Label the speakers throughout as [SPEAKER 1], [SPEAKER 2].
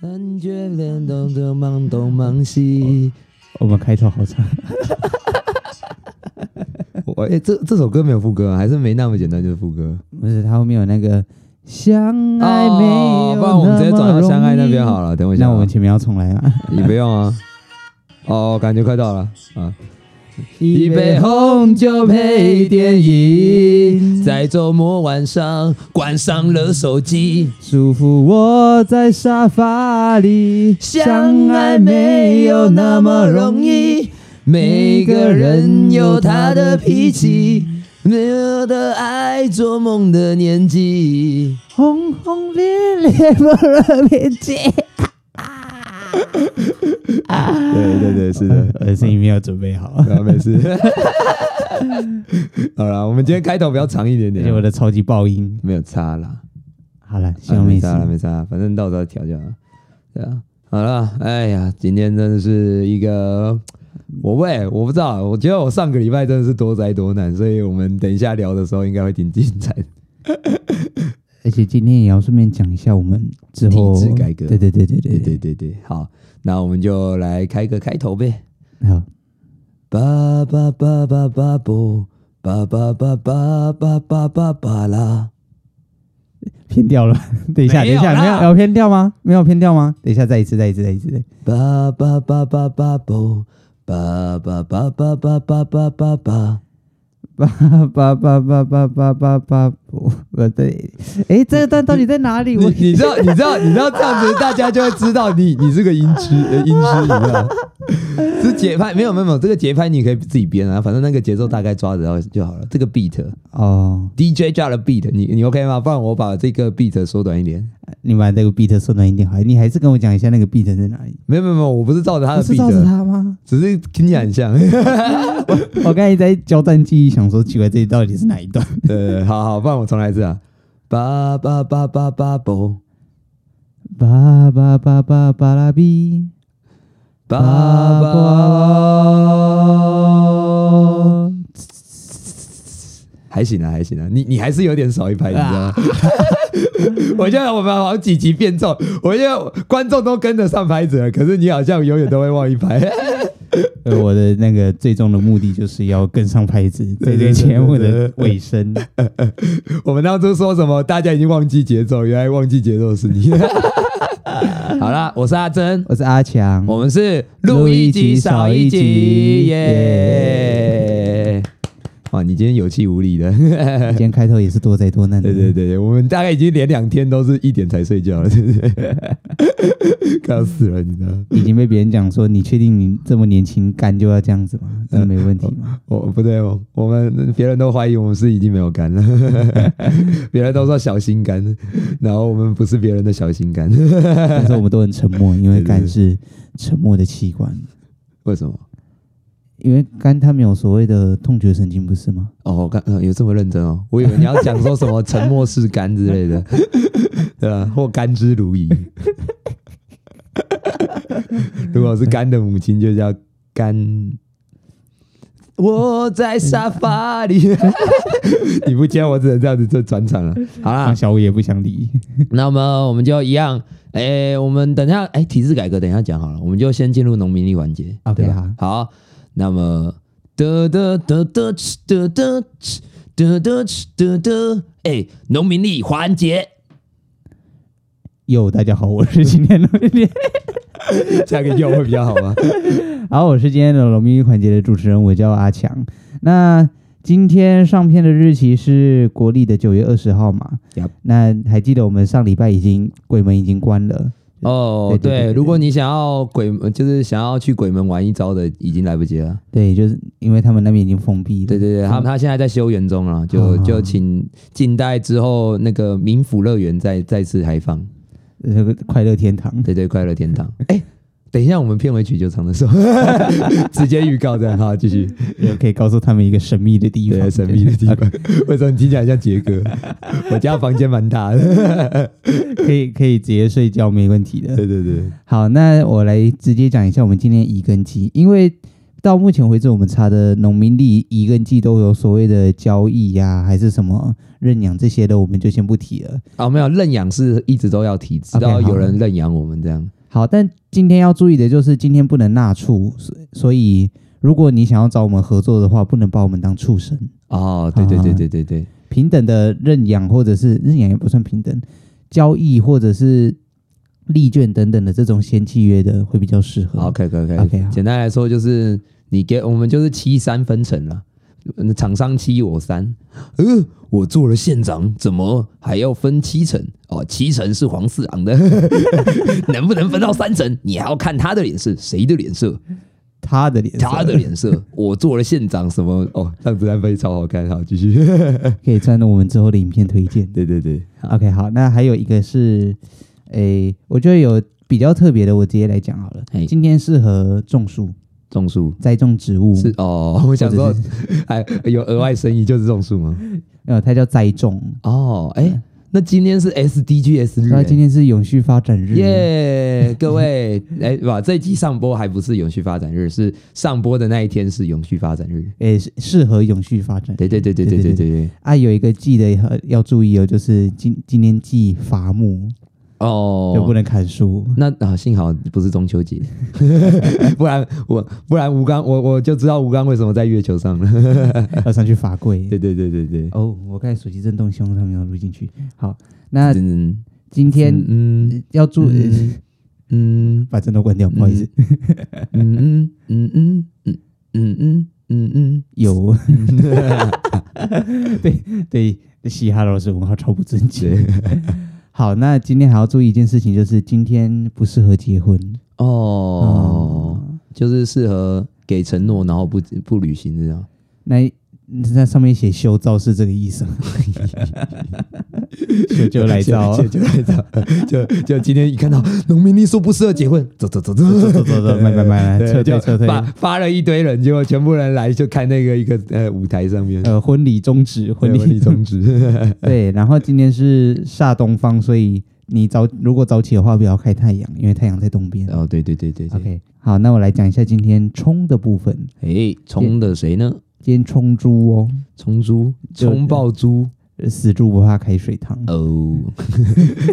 [SPEAKER 1] 感觉脸动着忙东忙西。
[SPEAKER 2] 我们开头好长，
[SPEAKER 1] 我哎、这这首歌没有副歌、啊，还是没那么简单就是副歌。
[SPEAKER 2] 不是它后面有那个相爱没有、
[SPEAKER 1] 哦，不然我们直接转到相爱那边好
[SPEAKER 2] 了。
[SPEAKER 1] 了。等我一下啊，
[SPEAKER 2] 那我们前面要重来啊！
[SPEAKER 1] 你不用啊。哦，感觉快到了啊。
[SPEAKER 2] 一
[SPEAKER 1] 一杯红酒配电影，在周末晚上关上了手机，
[SPEAKER 2] 舒服窝在沙发里，
[SPEAKER 1] 相爱没有那么容易。每个人有他的脾气，没有的爱，做梦的年纪。
[SPEAKER 2] 轰轰烈烈不热别接。
[SPEAKER 1] 对对对，是的，
[SPEAKER 2] 我的声音没有准备好，
[SPEAKER 1] 然后啊没事。 好了，我们今天开头比较长一点
[SPEAKER 2] 而且我
[SPEAKER 1] 点，
[SPEAKER 2] 的超级爆音。
[SPEAKER 1] 没有差啦。
[SPEAKER 2] 好了，希
[SPEAKER 1] 啊，
[SPEAKER 2] 望
[SPEAKER 1] 没
[SPEAKER 2] 没事
[SPEAKER 1] 差。了，没差了，反正到时候调就好了。对啊，好了，哎呀，今天真的是一个，我喂，我不知道，啊我觉得我上个礼拜真的是多灾多难，所以我们等一下聊的时候应该会挺精彩的。
[SPEAKER 2] 而且今天也要顺便讲一下我们之后
[SPEAKER 1] 体制改革
[SPEAKER 2] 对对对对
[SPEAKER 1] 对
[SPEAKER 2] 对
[SPEAKER 1] 对对对，好，那我们就来开个开头呗。
[SPEAKER 2] 对。好，
[SPEAKER 1] 叭叭叭叭叭不，叭叭叭叭叭叭叭叭啦。
[SPEAKER 2] 偏掉了。等一下，
[SPEAKER 1] 没
[SPEAKER 2] 等
[SPEAKER 1] 有
[SPEAKER 2] 一下，
[SPEAKER 1] 啦
[SPEAKER 2] 没有有偏掉吗？没有偏掉吗？等一下，再一次，再一次，再一次。再一次
[SPEAKER 1] 叭叭叭叭叭不，叭叭叭叭叭叭叭叭叭。
[SPEAKER 2] 八八八八八八八八不，不对，哎，这个段到底在哪里？
[SPEAKER 1] 你
[SPEAKER 2] 我
[SPEAKER 1] 你知道你知道你知道这样子，大家就会知道你你是个音痴呃音痴，你知道？是节拍没有没有没有，这个节拍你可以自己编啊，反正那个节奏大概抓得到就好了。这个 beat
[SPEAKER 2] 哦，
[SPEAKER 1] DJ 抓了 beat，你你 OK 吗？不然我把这个 beat 缩短一点。
[SPEAKER 2] 你把这个 beat 缩短一点好，你还是跟我讲一下那个 beat 在哪里？
[SPEAKER 1] 没有没有没有，我不是照着他
[SPEAKER 2] 不
[SPEAKER 1] 的
[SPEAKER 2] 是照着
[SPEAKER 1] beat，
[SPEAKER 2] 它吗？
[SPEAKER 1] 只是听起来很像。
[SPEAKER 2] 我刚才在交战记忆，想说奇怪，这里到底是哪一 段？
[SPEAKER 1] 呃，好好，不然我重来一次啊。叭叭叭叭叭啵，
[SPEAKER 2] 八八八八八拉比，
[SPEAKER 1] 叭
[SPEAKER 2] 叭
[SPEAKER 1] 叭。还行啊，还行啊，你你还是有点少一拍，你知道吗？ 我觉得我们好像几集变重，我觉得观众都跟得上拍子了，可是你好像永远都会忘一拍。
[SPEAKER 2] 呃，我的那个最终的目的就是要跟上拍子，在这个节目的尾声。
[SPEAKER 1] 我们当初说什么，大家已经忘记节奏，原来忘记节奏的是你。 好啦，我是阿珍，
[SPEAKER 2] 我是阿强，
[SPEAKER 1] 我们是
[SPEAKER 2] 录
[SPEAKER 1] 录
[SPEAKER 2] 一
[SPEAKER 1] 一
[SPEAKER 2] 集
[SPEAKER 1] 集
[SPEAKER 2] 少
[SPEAKER 1] 少
[SPEAKER 2] 一
[SPEAKER 1] 一
[SPEAKER 2] 集
[SPEAKER 1] 集，耶！哇，你今天有气无力的。
[SPEAKER 2] 今天开头也是多灾多难的。
[SPEAKER 1] 对对对对，我们大概已经连两天都是一点才睡觉了，对不对？ 快要死了，你知道吗？
[SPEAKER 2] 已经被别人讲说，你确定你这么年轻干就要这样子吗？真的没问题吗？
[SPEAKER 1] 我哦不对，我我们别人都怀疑我们是已经没有肝了， 别人都说小心肝，然后我们不是别人的小心肝，
[SPEAKER 2] 但是我们都很沉默，因为肝是沉默的器官，
[SPEAKER 1] 为什么？
[SPEAKER 2] 因为肝它没有所谓的痛觉神经，不是吗？
[SPEAKER 1] 哦，我看、呃有这么认真哦，我以为你要讲说什么沉默是肝之类的，对吧、或甘之如饴。如果是肝的母亲，就叫肝。我在沙发里， 你不接我只能这样子做转场了。好啦，
[SPEAKER 2] 小五也不想理。
[SPEAKER 1] 那么我们就一样，哎、我们等一下，哎、体制改革等一下讲好了，我们就先进入农民力环节
[SPEAKER 2] OK，
[SPEAKER 1] 对吧？好，那么得得得得吃得得吃得得吃得得，哎、农民力环节，
[SPEAKER 2] 哟，大家好，我是今天的
[SPEAKER 1] 加个又会比较好吗？
[SPEAKER 2] 好，我是今天的龙咪环节的主持人，我叫阿强。那今天上片的日期是国历的九月二十号嘛
[SPEAKER 1] Yup
[SPEAKER 2] 那还记得我们上礼拜已经鬼门已经关了。
[SPEAKER 1] 哦，
[SPEAKER 2] 对对对
[SPEAKER 1] 对，
[SPEAKER 2] 对
[SPEAKER 1] 如果你想要鬼，就是想要去鬼门玩一招的，已经来不及了。
[SPEAKER 2] 对，就是因为他们那边已经封闭了。
[SPEAKER 1] 对对对，他他现在在修园中了，就
[SPEAKER 2] 哦
[SPEAKER 1] 就请近代之后那个民府乐园再再次开放。
[SPEAKER 2] 那个快乐天堂。
[SPEAKER 1] 对对，快乐天堂。哎、等一下，我们片尾曲就唱的时候， 直接预告这样哈，继续。
[SPEAKER 2] 也可以告诉他们一个神秘的地方，
[SPEAKER 1] 嗯对，神秘的地方， 为什么你听起来像杰哥？ 我家房间蛮大的。
[SPEAKER 2] 可以可以直接睡觉没问题的。
[SPEAKER 1] 对对对，
[SPEAKER 2] 好，那我来直接讲一下我们今天一跟鸡，因为到目前为止，我们查的农民历一跟季都有所谓的交易呀、还是什么认养这些的，我们就先不提了。
[SPEAKER 1] 啊，没有认养是一直都要提，直
[SPEAKER 2] OK，
[SPEAKER 1] 到
[SPEAKER 2] 好
[SPEAKER 1] 有人认养我们这样。
[SPEAKER 2] 好，但今天要注意的就是，今天不能纳畜，所所以如果你想要找我们合作的话，不能把我们当畜生。
[SPEAKER 1] 哦，对对
[SPEAKER 2] 啊
[SPEAKER 1] 对对对对，
[SPEAKER 2] 平等的认养，或者是认养也不算平等，交易或者是利券等等的这种先契约的会比较适合。
[SPEAKER 1] 好，可以可以可以。
[SPEAKER 2] 嗯 OK，好
[SPEAKER 1] 简单来说就是你给我们就是七三分成了。嗯厂商七我三，呃，我做了县长，怎么还要分七成？哦，七成是黄四郎的， 能不能分到三成？你还要看他的脸色，谁的脸色？
[SPEAKER 2] 他的脸色，
[SPEAKER 1] 他的脸色，我做了县长，什么？哦，让子弹飞超好看，好继续。
[SPEAKER 2] 可以算入我们之后的影片推荐。
[SPEAKER 1] 对对对，
[SPEAKER 2] OK，好，那还有一个是，诶、我觉得有比较特别的，我直接来讲好了
[SPEAKER 1] 嘿。
[SPEAKER 2] 今天适合种树、
[SPEAKER 1] 种树
[SPEAKER 2] 栽种植物，
[SPEAKER 1] 是哦，我想
[SPEAKER 2] 或
[SPEAKER 1] 说
[SPEAKER 2] 者，
[SPEAKER 1] 还有额外生意就是种树吗？
[SPEAKER 2] 呃，它叫栽种。
[SPEAKER 1] 哦，哎、
[SPEAKER 2] 嗯
[SPEAKER 1] 那今天是 SDGs 日、
[SPEAKER 2] 那
[SPEAKER 1] 欸，
[SPEAKER 2] 今天是永续发展日，
[SPEAKER 1] 耶各位，哎、不，这一集上播还不是永续发展日，是上播的那一天是永续发展日。
[SPEAKER 2] 诶、是适合永续发展。
[SPEAKER 1] 对对对对对对对对。
[SPEAKER 2] 啊，有一个记得要要注意哦，就是今今天忌伐木，就不
[SPEAKER 1] 哦，
[SPEAKER 2] 能砍 树。
[SPEAKER 1] 那啊，幸好不是中秋节，不然我不然吴刚我我就知道吴刚为什么在月球上了。
[SPEAKER 2] 要上去罚跪。
[SPEAKER 1] 对对对对对。
[SPEAKER 2] 哦，我刚才手机震动，希望它没有录进去。好，那
[SPEAKER 1] 嗯
[SPEAKER 2] 今天
[SPEAKER 1] 嗯
[SPEAKER 2] 要注、
[SPEAKER 1] 嗯嗯
[SPEAKER 2] 把震动关掉，不好意思。
[SPEAKER 1] 嗯嗯嗯嗯嗯嗯嗯嗯，
[SPEAKER 2] 有， 对对，嘻哈老师文化超不正确。 好，那今天还要注意一件事情，就是今天不适合结婚。
[SPEAKER 1] 哦，就是适合给承诺然后不不履行这样。
[SPEAKER 2] 那那上面写修造是这个 意思吗？ 修就来造，哦
[SPEAKER 1] 就就来造， 就就今天一看到农民历说不适合结婚，走走走走
[SPEAKER 2] 走走走走，买买 买，
[SPEAKER 1] 对
[SPEAKER 2] 撤退
[SPEAKER 1] 就
[SPEAKER 2] 撤退。
[SPEAKER 1] 发发了一堆人，结果全部人来就看那个一个呃舞台上 面，
[SPEAKER 2] 呃，婚礼终止，婚
[SPEAKER 1] 对
[SPEAKER 2] 礼
[SPEAKER 1] 终止。
[SPEAKER 2] 对，然后今天是煞东方，所以你早如果早起的话，不要开太阳，因为太阳在东边。
[SPEAKER 1] 哦，对对对对对，
[SPEAKER 2] OK，好，那我来讲一下今天冲的部分。
[SPEAKER 1] 哎，冲的谁呢？
[SPEAKER 2] 今天冲猪哦，
[SPEAKER 1] 冲猪，
[SPEAKER 2] 就
[SPEAKER 1] 冲爆猪
[SPEAKER 2] 呃死猪不怕开水烫。
[SPEAKER 1] 哦！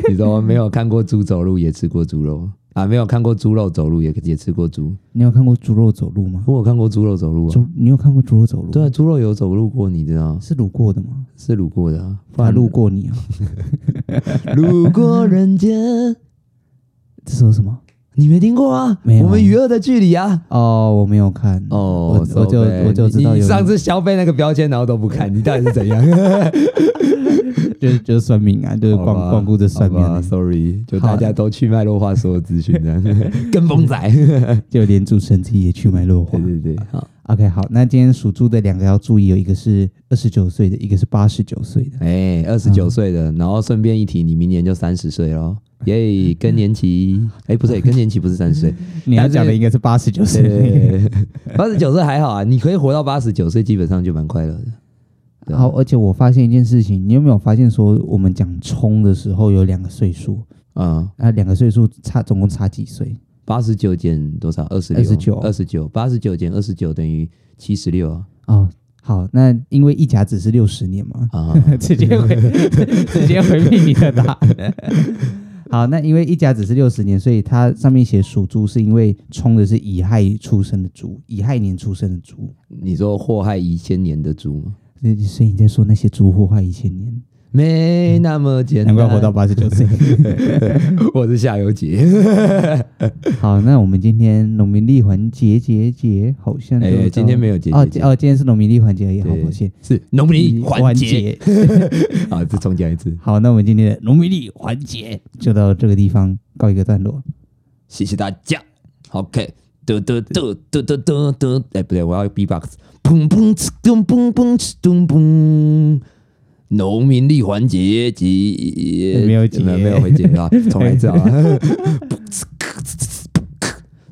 [SPEAKER 1] 你说没有看过猪走路，也吃过猪肉啊？没有看过猪肉走路，也也吃过猪。
[SPEAKER 2] 你有看过猪肉走路吗？
[SPEAKER 1] 我有看过猪肉走路啊，
[SPEAKER 2] 猪，你有看过猪肉走路？
[SPEAKER 1] 对啊，，猪肉有走路过，你知道
[SPEAKER 2] 是路过的吗？
[SPEAKER 1] 是路过的啊，不
[SPEAKER 2] 他
[SPEAKER 1] 然
[SPEAKER 2] 路过你啊？
[SPEAKER 1] 路过人间，
[SPEAKER 2] 这首什么？
[SPEAKER 1] 你没听过啊？
[SPEAKER 2] 没有
[SPEAKER 1] 我们与恶的距离啊。
[SPEAKER 2] 哦，我没有看。
[SPEAKER 1] 哦，
[SPEAKER 2] 我我就
[SPEAKER 1] 宝贝
[SPEAKER 2] 我就知道
[SPEAKER 1] 你你
[SPEAKER 2] 有
[SPEAKER 1] 上次消费那个标签，然后都不 看，你到底是怎样？
[SPEAKER 2] 就是就是算命啊，就是
[SPEAKER 1] 好吧
[SPEAKER 2] 光光顾着算命
[SPEAKER 1] 好吧
[SPEAKER 2] 啊，
[SPEAKER 1] Sorry，就
[SPEAKER 2] 好
[SPEAKER 1] 大家都去脉络化所有资讯这样， 跟风仔。
[SPEAKER 2] 就连主持人自己也去买落花
[SPEAKER 1] 对。对对， 好，
[SPEAKER 2] OK，好，那今天属猪的两个要注意，哦有一个是二十九岁的，一个是八十九岁的。
[SPEAKER 1] 哎，二十九岁的，然后顺便一提，你明年就三十岁喽。耶，更年期，哎， 不对，更年期不是三十岁，
[SPEAKER 2] 你要讲的应该是八十九岁的那个。
[SPEAKER 1] 对，八十九岁还好啊，你可以活到八十九岁，基本上就蛮快乐的。对啊
[SPEAKER 2] 好，而且我发现一件事情，你有没有发现说，我们讲冲的时候有两个岁数，
[SPEAKER 1] 嗯，
[SPEAKER 2] 啊，两个岁数差总共差几岁？
[SPEAKER 1] 八十九减多少？二十六，
[SPEAKER 2] 29
[SPEAKER 1] 二十九，八十九减二十九等于七十六啊！
[SPEAKER 2] 哦，好，那因为一甲子是六十年嘛，
[SPEAKER 1] 啊，
[SPEAKER 2] 直接回 直接回避你的答案。 好，那因为一甲子是六十年，所以它上面写属猪，是因为冲的是乙亥出生的猪，乙亥年出生的猪，
[SPEAKER 1] 你说祸害一千年的猪吗？
[SPEAKER 2] 所以所以你在说那些猪祸害一千年，
[SPEAKER 1] 没那么简
[SPEAKER 2] 难
[SPEAKER 1] 单，
[SPEAKER 2] 怪活到八十九岁。
[SPEAKER 1] 我是夏油杰。
[SPEAKER 2] 好，那我们今天农民历环节节节好像就
[SPEAKER 1] 哎，
[SPEAKER 2] 到
[SPEAKER 1] 今天没有姐
[SPEAKER 2] 哦
[SPEAKER 1] 姐
[SPEAKER 2] 今
[SPEAKER 1] 节，
[SPEAKER 2] 哦，今天是农民历环节而已，好
[SPEAKER 1] 对
[SPEAKER 2] 抱歉。嗯
[SPEAKER 1] 是农民历环节
[SPEAKER 2] 节。
[SPEAKER 1] 啊，再重讲一次，
[SPEAKER 2] 好，那我们今天的农民历环节就到这个地方告一个段落。
[SPEAKER 1] 谢谢大家。OK，得得得得得得得，哎，不对，我要 B-box，砰砰呲咚砰砰呲咚砰。农民历环节节
[SPEAKER 2] 没有节
[SPEAKER 1] 没有没有环节啊，重来一次啊！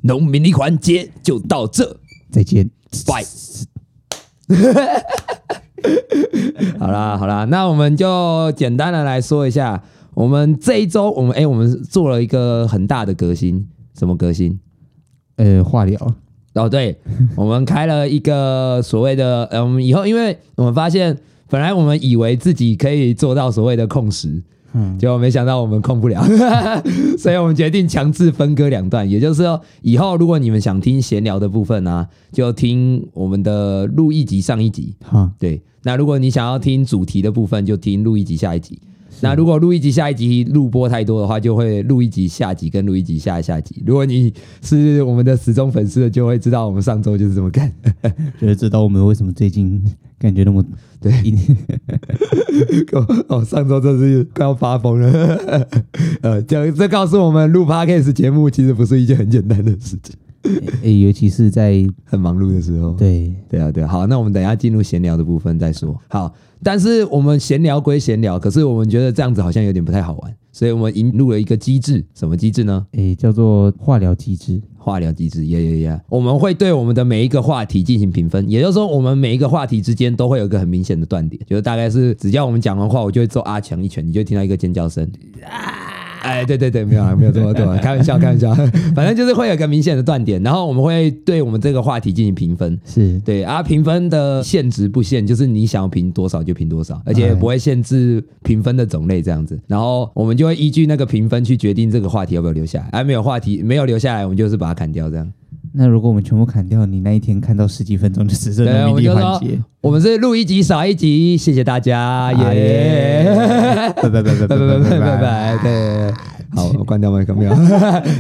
[SPEAKER 1] 农民历环节就到这，
[SPEAKER 2] 再见，
[SPEAKER 1] 拜。 好啦好啦，那我们就简单的来说一下，我们这一周我们哎、我们做了一个很大的革新，什么革新？
[SPEAKER 2] 呃，化疗
[SPEAKER 1] 哦，对，我们开了一个所谓的，呃，我们以后因为我们发现，本来我们以为自己可以做到所谓的控时，
[SPEAKER 2] 嗯
[SPEAKER 1] 结果没想到我们控不了， 所以我们决定强制分割两段，也就是说，以后如果你们想听闲聊的部分啊，就听我们的录一集上一集，
[SPEAKER 2] 好，
[SPEAKER 1] 对，那如果你想要听主题的部分，就听录一集下一集。那如果录一集下一集录播太多的话，就会录一集下集跟录一集下下集。如果你是我们的死忠粉丝的，就会知道我们上周就是这么干。
[SPEAKER 2] 就是知道我们为什么最近感觉那么
[SPEAKER 1] 对
[SPEAKER 2] 一
[SPEAKER 1] 哦，上周真是快要发疯了。 呃，这这告诉我们录 podcast 节目其实不是一件很简单的事情，
[SPEAKER 2] 诶尤其是在
[SPEAKER 1] 很忙碌的时候。
[SPEAKER 2] 对
[SPEAKER 1] 对啊，对啊，好，那我们等一下进入闲聊的部分再说。好，但是我们闲聊归闲聊，可是我们觉得这样子好像有点不太好玩，所以我们引入了一个机制，什么机制呢？
[SPEAKER 2] 诶叫做化疗机制，
[SPEAKER 1] 化疗机制，耶耶耶！我们会对我们的每一个话题进行评分，也就是说，我们每一个话题之间都会有一个很明显的断点，就是大概是只要我们讲完话，我就会揍阿强一拳，你就会听到一个尖叫声。哎，对对对，没有啊，没有这么多，开玩笑，开玩笑， 反正就是会有一个明显的断点，然后我们会对我们这个话题进行评分，
[SPEAKER 2] 是
[SPEAKER 1] 对啊，评分的限值不限，就是你想要评多少就评多少，而且不会限制评分的种类这样子。然后我们就会依据那个评分去决定这个话题要不要留下来。啊，没有话题没有留下来，我们就是把它砍掉这样。
[SPEAKER 2] 那如果我们全部砍掉，你那一天看到十几分钟就只剩
[SPEAKER 1] 对啊
[SPEAKER 2] 农
[SPEAKER 1] 我
[SPEAKER 2] 民
[SPEAKER 1] 们
[SPEAKER 2] 地
[SPEAKER 1] 就
[SPEAKER 2] 环
[SPEAKER 1] 说
[SPEAKER 2] 节，
[SPEAKER 1] 我们是录一集少一集，谢谢大家，
[SPEAKER 2] 啊
[SPEAKER 1] 耶、
[SPEAKER 2] 拜拜拜
[SPEAKER 1] 拜
[SPEAKER 2] 拜
[SPEAKER 1] 拜拜拜 拜。拜，对，好，我关掉麦 克没有？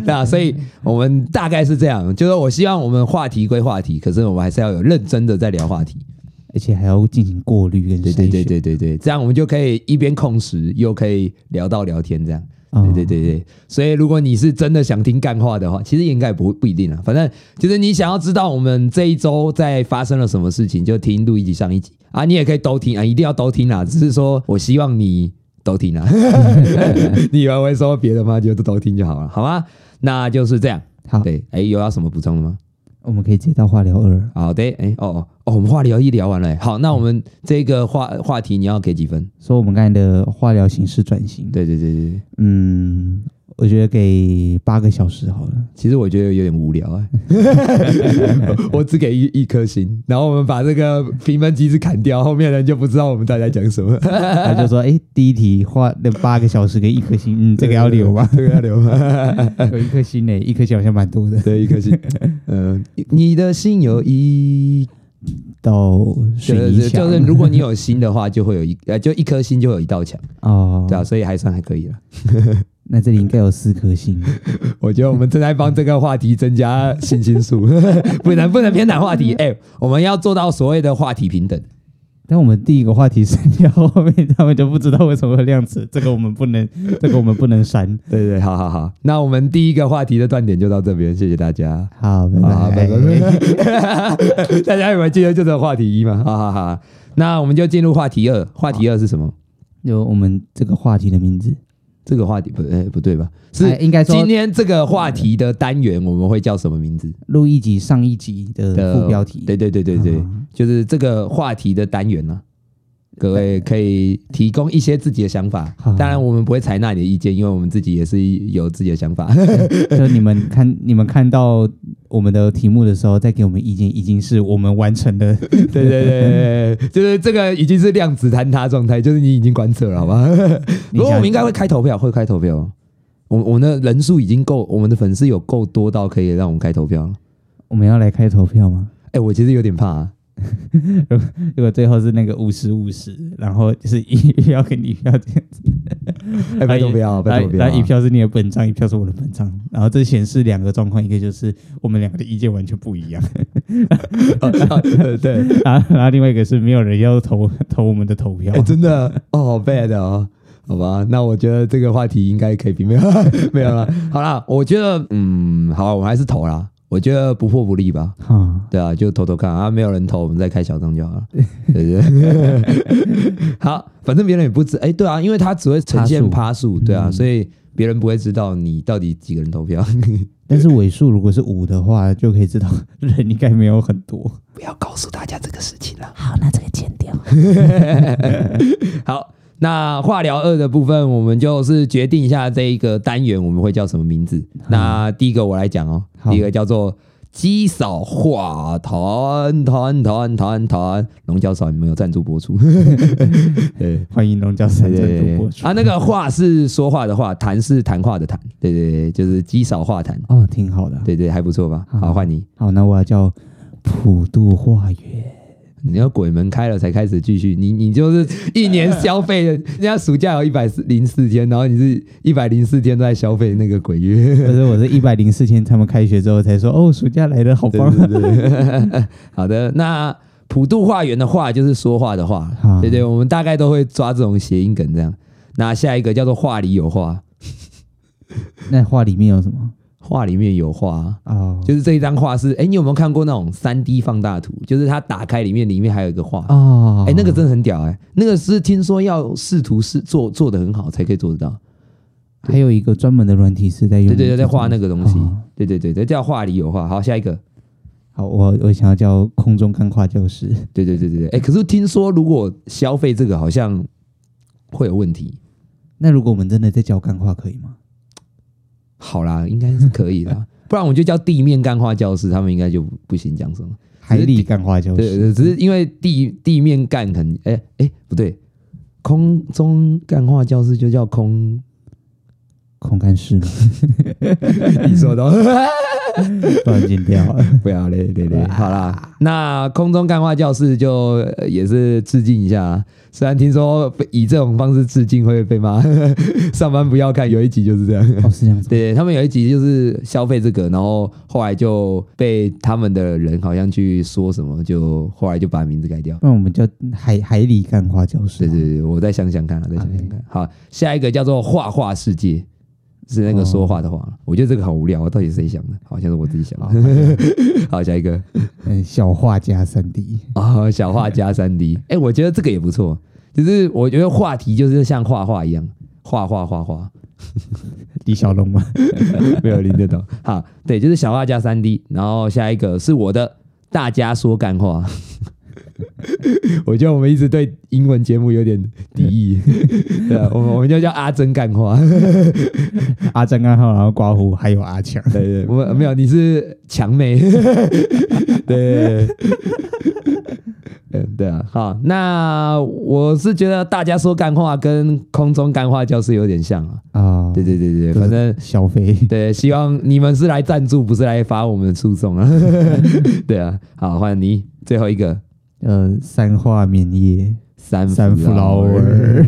[SPEAKER 1] 那所以我们大概是这样，就是我希望我们话题归话题，可是我们还是要有认真的在聊话题。
[SPEAKER 2] 而且还要进行过滤跟
[SPEAKER 1] 对
[SPEAKER 2] 筛选，
[SPEAKER 1] 对对对对对，这样我们就可以一边控时，又可以聊到聊天，这样。
[SPEAKER 2] 哦
[SPEAKER 1] 对对对对，所以如果你是真的想听干话的话，其实应该不不一定啊，反正就是你想要知道我们这一周在发生了什么事情，就听录一集上一集啊，你也可以都听啊，一定要都听啊，只是说我希望你都听 啊，你以为我会说别的吗？就都听就好了，好吗？那就是这样。
[SPEAKER 2] 好，
[SPEAKER 1] 对，哎，有要什么补充的吗？
[SPEAKER 2] 我们可以接到化疗二，
[SPEAKER 1] 好的，哎，哦哦哦，我们话聊一聊完了，哎好，那我们这个话话题你要给几分？
[SPEAKER 2] 说我们刚才的化疗形式转型，
[SPEAKER 1] 对对对对对，
[SPEAKER 2] 嗯，我觉得给八个小时好了，
[SPEAKER 1] 其实我觉得有点无聊 啊、我只给一一颗星，然后我们把这个评分机制砍掉，后面人就不知道我们大家讲什 么，，
[SPEAKER 2] 他就说，哎、第一题花那八个小时跟一颗星，嗯，这个要留吧
[SPEAKER 1] 这个要留吗？
[SPEAKER 2] 有一颗星呢、一颗星好像蛮多的，
[SPEAKER 1] 对，一颗星。嗯、你的心有一，
[SPEAKER 2] 到水
[SPEAKER 1] 就
[SPEAKER 2] 泥
[SPEAKER 1] 是
[SPEAKER 2] 墙，
[SPEAKER 1] 就是，如果你有心的话，就会有 一呃，就一颗星就会有一道墙，
[SPEAKER 2] 哦，
[SPEAKER 1] 对啊，所以还算还可以了。
[SPEAKER 2] 那这里应该有四颗星，
[SPEAKER 1] 我觉得我们正在帮这个话题增加信心数， 不能不能偏袒话题，哎、我们要做到所谓的话题平等。
[SPEAKER 2] 但我们第一个话题删掉，后面他们就不知道为什么会这样子，这个我们不 能，这个我们不能删。
[SPEAKER 1] 对对，好好好，那我们第一个话题的断点就到这边，谢谢大家。
[SPEAKER 2] 好，拜
[SPEAKER 1] 好，拜
[SPEAKER 2] 拜。
[SPEAKER 1] 拜。 大家有没有记得这个话题一嘛？好好好，那我们就进入话题二。话题二是什么？
[SPEAKER 2] 有我们这个话题的名字
[SPEAKER 1] 这个话题不，哎、不对吧？
[SPEAKER 2] 哎
[SPEAKER 1] 是
[SPEAKER 2] 应该说
[SPEAKER 1] 今天这个话题的单元我们会叫什么名字
[SPEAKER 2] 录一集上一集的
[SPEAKER 1] 的
[SPEAKER 2] 呃副标题，
[SPEAKER 1] 对对对对对，
[SPEAKER 2] 嗯
[SPEAKER 1] 就是这个话题的单元
[SPEAKER 2] 哎
[SPEAKER 1] 呢、各位可以提供一些自己的想法
[SPEAKER 2] 好，
[SPEAKER 1] 当然我们不会采纳你的意见，因为我们自己也是有自己的想法。
[SPEAKER 2] 就你们看你们看到我们的题目的时候，再给我们意见，已经是我们完成 的。
[SPEAKER 1] 对对对对对，就是这个已经是量子坍塌状态，就是你已经观测了，好吧？不过我们应该会开投票，会开投票哦。我我们的人数已经够，我们的粉丝有够多到可以让我们开投票了。
[SPEAKER 2] 我们要来开投票吗？
[SPEAKER 1] 哎、我其实有点怕、啊，
[SPEAKER 2] 如果最后是那个五十五十，然后就是一票跟一票这样子，
[SPEAKER 1] 哎、拜托不要，啊拜
[SPEAKER 2] 来
[SPEAKER 1] 托不要、
[SPEAKER 2] 来一票是你的本账，一票是我的本账，然后这显示两个状况，一个就是我们两个的意见完全不一样，
[SPEAKER 1] 对对，
[SPEAKER 2] 然后然后另外一个是没有人要投投我们的投票
[SPEAKER 1] 哎、。真的哦，好 bad 哦。好吧，那我觉得这个话题应该可以避免，没有了。好啦，我觉得，嗯，好，我还是投啦。我觉得不破不立吧。
[SPEAKER 2] 哈，
[SPEAKER 1] 对啊，就投投看啊，没有人投，我们再开小账就好了。对不对？ 好，反正别人也不知，哎、对啊，因为他只会呈现趴数，对啊，所以别人不会知道你到底几个人投票。
[SPEAKER 2] 但是尾数如果是五的话，就可以知道人应该没有很多。
[SPEAKER 1] 不要告诉大家这个事情了。
[SPEAKER 3] 好，那这个剪掉。
[SPEAKER 1] 好，那化疗二的部分，我们就是决定一下这一个单元我们会叫什么名字。那第一个我来讲哦，
[SPEAKER 2] 好
[SPEAKER 1] 第一个叫做鸡少话团团团团团，龙角散没有赞助播出。对
[SPEAKER 2] 欢迎龙角
[SPEAKER 1] 对
[SPEAKER 2] 山赞
[SPEAKER 1] 对
[SPEAKER 2] 助
[SPEAKER 1] 对
[SPEAKER 2] 播，出
[SPEAKER 1] 啊，那个话是说话的话，谈是谈话的谈，对对对，就是鸡少话谈，
[SPEAKER 2] 哦，挺好的啊。
[SPEAKER 1] 对对，还不错吧？
[SPEAKER 2] 好
[SPEAKER 1] 好，换你，
[SPEAKER 2] 好，那我要叫普渡化缘。
[SPEAKER 1] 你要鬼门开了才开始继续，你你就是一年消费，人家暑假有一百零四天，然后你是一百零四天都在消费那个鬼月。
[SPEAKER 2] 可是我是一百零四天，他们开学之后才说，哦，暑假来的好棒。
[SPEAKER 1] 好的，那普渡化缘的话就是说话的话，
[SPEAKER 2] 啊
[SPEAKER 1] 对对，我们大概都会抓这种谐音梗这样。那下一个叫做话里有话，
[SPEAKER 2] 那画里面有什么？
[SPEAKER 1] 话里面有话，
[SPEAKER 2] 哦，
[SPEAKER 1] 就是这一张画是，哎，你有没有看过那种三 D 放大图？就是它打开里面，里面还有一个画。
[SPEAKER 2] 哦，
[SPEAKER 1] 哎、那个真的很屌哎、那个是听说要试图是做做的很好才可以做得到。
[SPEAKER 2] 还有一个专门的软体是在用
[SPEAKER 1] 对
[SPEAKER 2] 这种，
[SPEAKER 1] 对对，在画那个东西
[SPEAKER 2] 哦。
[SPEAKER 1] 对对对对，叫话里有话。好，下一个。
[SPEAKER 2] 好，我我想要叫空中钢化教室。
[SPEAKER 1] 对对对对对。哎、可是听说如果消费这个好像会有问题。
[SPEAKER 2] 那如果我们真的在教钢化，可以吗？
[SPEAKER 1] 好啦，应该是可以 的，不然我就叫地面干化教室，他们应该就不不行讲什么。
[SPEAKER 2] 海里钢化教
[SPEAKER 1] 对，
[SPEAKER 2] 室，
[SPEAKER 1] 对只是因为地地面干很，哎、哎、不对，空中干化教室就叫空，
[SPEAKER 2] 空干室吗？
[SPEAKER 1] 你说的，
[SPEAKER 2] 不然剪掉。
[SPEAKER 1] 不要嘞，对对，好啦，那空中干化教室就、呃也是致敬一下啊，虽然听说以这种方式致敬会被骂， 上班不要看，有一集就是这样。
[SPEAKER 2] 哦，是这样子。
[SPEAKER 1] 对他们有一集就是消费这个，然后后来就被他们的人好像去说什么，就后来就把名字改掉。
[SPEAKER 2] 不然我们叫海海里钢化教
[SPEAKER 1] 对
[SPEAKER 2] 室。
[SPEAKER 1] 对对，我再想想看啊，再想想看。好，下一个叫做画画世界，是那个说话的话。我觉得这个好无聊啊，到底谁想的？好像是我自己想
[SPEAKER 2] 好
[SPEAKER 1] 的。 好，下一个
[SPEAKER 2] 嗯，小画家三 D。
[SPEAKER 1] 啊、小画家三 D。哎、我觉得这个也不错，就是我觉得话题就是像画画一样，画画画画。
[SPEAKER 2] 李小龙吗？
[SPEAKER 1] 没有林得懂。 好，对，就是小画家三 D，然后下一个是我的大家说干话。 我觉得我们一直对英文节目有点敌意， 对啊，我们我们就叫阿珍干话。
[SPEAKER 2] 阿张刚浩，然后刮胡，还有阿强。
[SPEAKER 1] 对 对，我们没有，你是强妹。 对， 嗯，对啊，好，那我是觉得大家说干话跟空中干话教室有点像啊。
[SPEAKER 2] 啊，
[SPEAKER 1] 对对对对，
[SPEAKER 2] 就是
[SPEAKER 1] 反正
[SPEAKER 2] 小飞。
[SPEAKER 1] 对，希望你们是来赞助，不是来发我们诉讼啊。 对啊，好，换你最后一个
[SPEAKER 2] 呃，三化棉叶，
[SPEAKER 1] 三
[SPEAKER 2] 三
[SPEAKER 1] 福
[SPEAKER 2] 福
[SPEAKER 1] 老
[SPEAKER 2] 老欸
[SPEAKER 1] 尔。
[SPEAKER 2] 尔。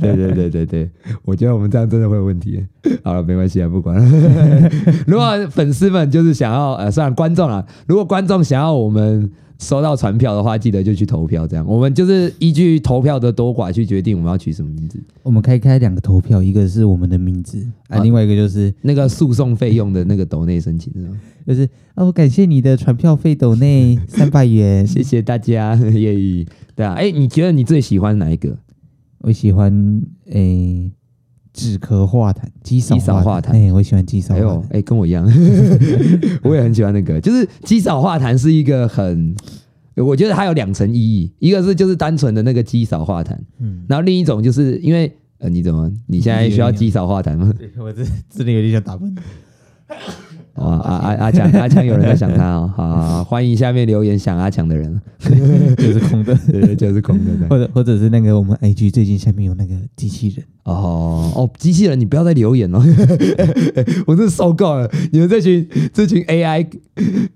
[SPEAKER 1] 对对对对对，我觉得我们这样真的会有问题。好了，没关系啊，不管了。 如果粉丝们就是想要，呃，算了，观众啊，如果观众想要我们收到传票的话，记得就去投票，这样我们就是依据投票的多寡去决定我们要取什么名字。
[SPEAKER 2] 我们可以开两个投票，一个是我们的名字，啊，
[SPEAKER 1] 啊
[SPEAKER 2] 另外一个就是
[SPEAKER 1] 那个诉讼费用的那个抖内申请是吗？
[SPEAKER 2] 就是哦，感谢你的传票费斗 内三百元。
[SPEAKER 1] 谢谢大家， 耶！对啊，哎、你觉得你最喜欢哪一个？
[SPEAKER 2] 我喜欢诶，纸壳画坛，鸡
[SPEAKER 1] 鸡少
[SPEAKER 2] 少
[SPEAKER 1] 画坛
[SPEAKER 2] 坛。哎，我喜欢鸡少
[SPEAKER 1] 哎
[SPEAKER 2] 画
[SPEAKER 1] 呦，
[SPEAKER 2] 坛。
[SPEAKER 1] 哎、跟我一 样，我也很喜欢那个，就是鸡少画坛是一个很，我觉得它有两层意义，一个是就是单纯的那个鸡少画坛，
[SPEAKER 2] 嗯，
[SPEAKER 1] 然后另一种就是因为呃，你怎么你现在需要鸡少画坛吗？
[SPEAKER 2] 对我这真的有点想打 喷。
[SPEAKER 1] 哦啊啊阿强阿强有人在想他哦，好好好欢迎下面留言想阿强的人，
[SPEAKER 2] 就是空的，
[SPEAKER 1] 对，就是空的
[SPEAKER 2] 或者或者是那个我们 IG 最近下面有那个机器人，
[SPEAKER 1] 哦哦，机器人，你不要再留言了，哦 我真的受够了！你们这群这群 AI，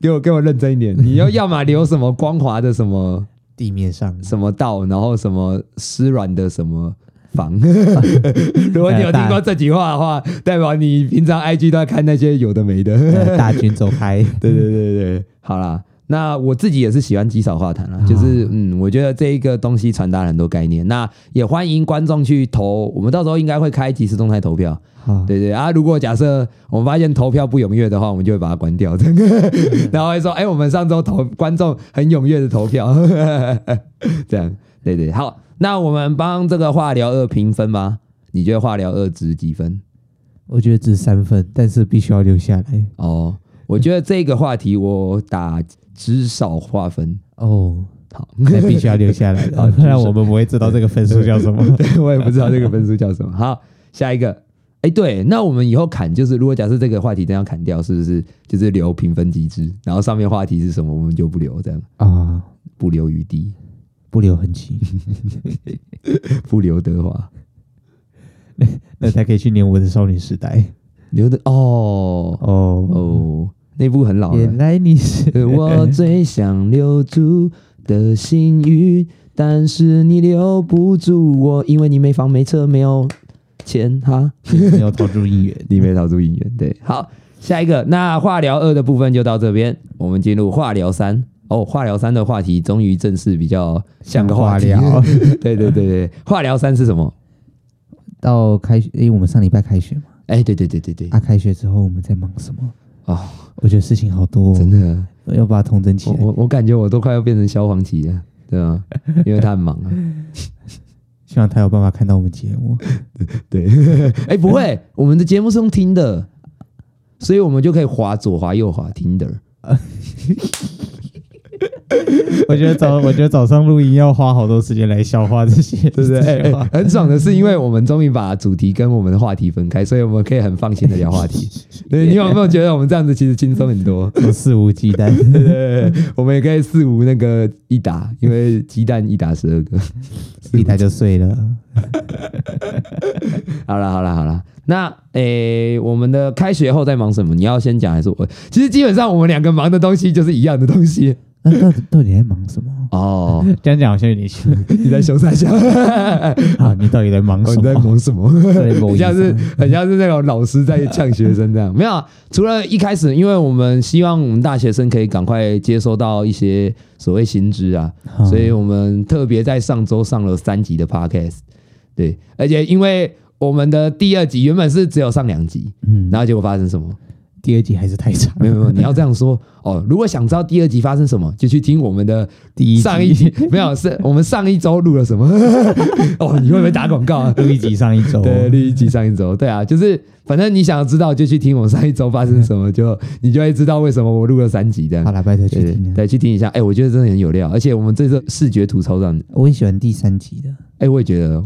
[SPEAKER 1] 给我给我认真一点！你要要么留什么光滑的什么
[SPEAKER 2] 地面 上
[SPEAKER 1] 什么道，然后什么湿软的什么房。如果你有听过这句话的话，代表你平常 IG 都在看那些有的没的。
[SPEAKER 2] 呃大军走开，
[SPEAKER 1] 对对对对，好啦。那我自己也是喜欢极少话谈啦，就是嗯，我觉得这一个东西传达了很多概念。那也欢迎观众去投，我们到时候应该会开即时动态投票。
[SPEAKER 2] 好，
[SPEAKER 1] 对对啊，如果假设我们发现投票不踊跃的话，我们就会把它关掉， 然后会说，哎、我们上周投观众很踊跃的投票， 这样，对对，好，那我们帮这个化疗二评分吧。你觉得化疗二值几分？
[SPEAKER 2] 我觉得只三分，但是必须要留下来
[SPEAKER 1] 哦，我觉得这个话题我打至少划分，
[SPEAKER 2] 哦，
[SPEAKER 1] 好，
[SPEAKER 2] 那必须要留下来
[SPEAKER 1] 好
[SPEAKER 2] 的，不然我们不会知道这个分数叫什么。
[SPEAKER 1] 我也不知道这个分数叫什么。好，下一个，哎、哎，对，那我们以后砍就是，如果假设这个话题真要砍掉，是不是就是留评分机制，然后上面话题是什么我们就不留，这样
[SPEAKER 2] 啊，
[SPEAKER 1] 不留余地，
[SPEAKER 2] 不留痕迹，
[SPEAKER 1] 不留德华，
[SPEAKER 2] 那才可以去年我的少女时代。
[SPEAKER 1] 留的哦
[SPEAKER 2] 哦，
[SPEAKER 1] 哦，那部很老了
[SPEAKER 2] 原。来你是
[SPEAKER 1] 我最想留住的幸运，但是你留不住我，因为你没房没车没有钱哈。
[SPEAKER 2] 没有投入姻缘。
[SPEAKER 1] 你没逃出姻缘，对。好，下一个，那化疗二的部分就到这边，我们进入化疗三。哦，化疗三的话题终于正式比较像个话题
[SPEAKER 2] 像化疗
[SPEAKER 1] 对对对对，化疗三是什么？
[SPEAKER 2] 到开学，因为我们上礼拜开学嘛，
[SPEAKER 1] 哎，对对对对对，
[SPEAKER 2] 啊，开学之后我们在忙什么？
[SPEAKER 1] 哦，
[SPEAKER 2] 我觉得事情好多、
[SPEAKER 1] 真
[SPEAKER 2] 哦，
[SPEAKER 1] 的，
[SPEAKER 2] 要把它统整起
[SPEAKER 1] 我
[SPEAKER 2] 来。
[SPEAKER 1] 我我感觉我都快要变成消防旗了，对啊，因为他很忙啊。
[SPEAKER 2] 希望他有办法看到我们节目。
[SPEAKER 1] 对，哎、不会，我们的节目是用听的，所以我们就可以滑左滑右滑听的。
[SPEAKER 2] 我觉得早，我觉得早上录音要花好多时间来消化这些，
[SPEAKER 1] 对不对？
[SPEAKER 2] 这
[SPEAKER 1] 哎
[SPEAKER 2] 些话
[SPEAKER 1] 哎 很爽的是，因为我们终于把主题跟我们的话题分开，所以我们可以很放心的聊话题。对，你有没有觉得我们这样子其实轻松很 多？
[SPEAKER 2] 我肆无忌惮。
[SPEAKER 1] 对对对，我们也可以四无那个一打，因为鸡蛋一打十二 个。
[SPEAKER 2] 一打就碎了。
[SPEAKER 1] 好啦好啦好啦，那诶、我们的开学后在忙什么？你要先讲还是我？其实基本上我们两个忙的东西就是一样的东西
[SPEAKER 2] 那到底到底在忙什么？
[SPEAKER 1] 哦。
[SPEAKER 2] 这样讲好像有点像
[SPEAKER 1] 你在熊三小？
[SPEAKER 2] 啊！你到底在忙什
[SPEAKER 1] 你在
[SPEAKER 2] 么？
[SPEAKER 1] 忙什么？
[SPEAKER 2] 在 某
[SPEAKER 1] 很
[SPEAKER 2] 一
[SPEAKER 1] 像是
[SPEAKER 2] 方
[SPEAKER 1] 很像是那种老师在呛学生这样。没有啊，除了一开始，因为我们希望我们大学生可以赶快接收到一些所谓新知啊，
[SPEAKER 2] 啊
[SPEAKER 1] 所以我们特别在上周上了三集的 podcast。对，而且因为我们的第二集原本是只有上两集，
[SPEAKER 2] 嗯，
[SPEAKER 1] 然后结果发生 什么？
[SPEAKER 2] 第二集还是太长。
[SPEAKER 1] 没有没有，你要这样说哦。如果想知道第二集发生什么，就去听我们的
[SPEAKER 2] 第一集
[SPEAKER 1] 上一集，没有 是我们上一周录了什么？哦，你会不会打广告 啊？
[SPEAKER 2] 录一集上一周，
[SPEAKER 1] 对，第一集上一周，对啊，就是反正你想知道就去听我们上一周发生什 么，就你就会知道为什么我录了三集这
[SPEAKER 2] 好
[SPEAKER 1] 样。
[SPEAKER 2] 了，拜托去
[SPEAKER 1] 对
[SPEAKER 2] 听
[SPEAKER 1] 对
[SPEAKER 2] 啊。
[SPEAKER 1] 对，去听一下，哎、我觉得真的很有料，而且我们这次视觉图超赞的，
[SPEAKER 2] 我很喜欢第三集的，
[SPEAKER 1] 哎、我也觉得，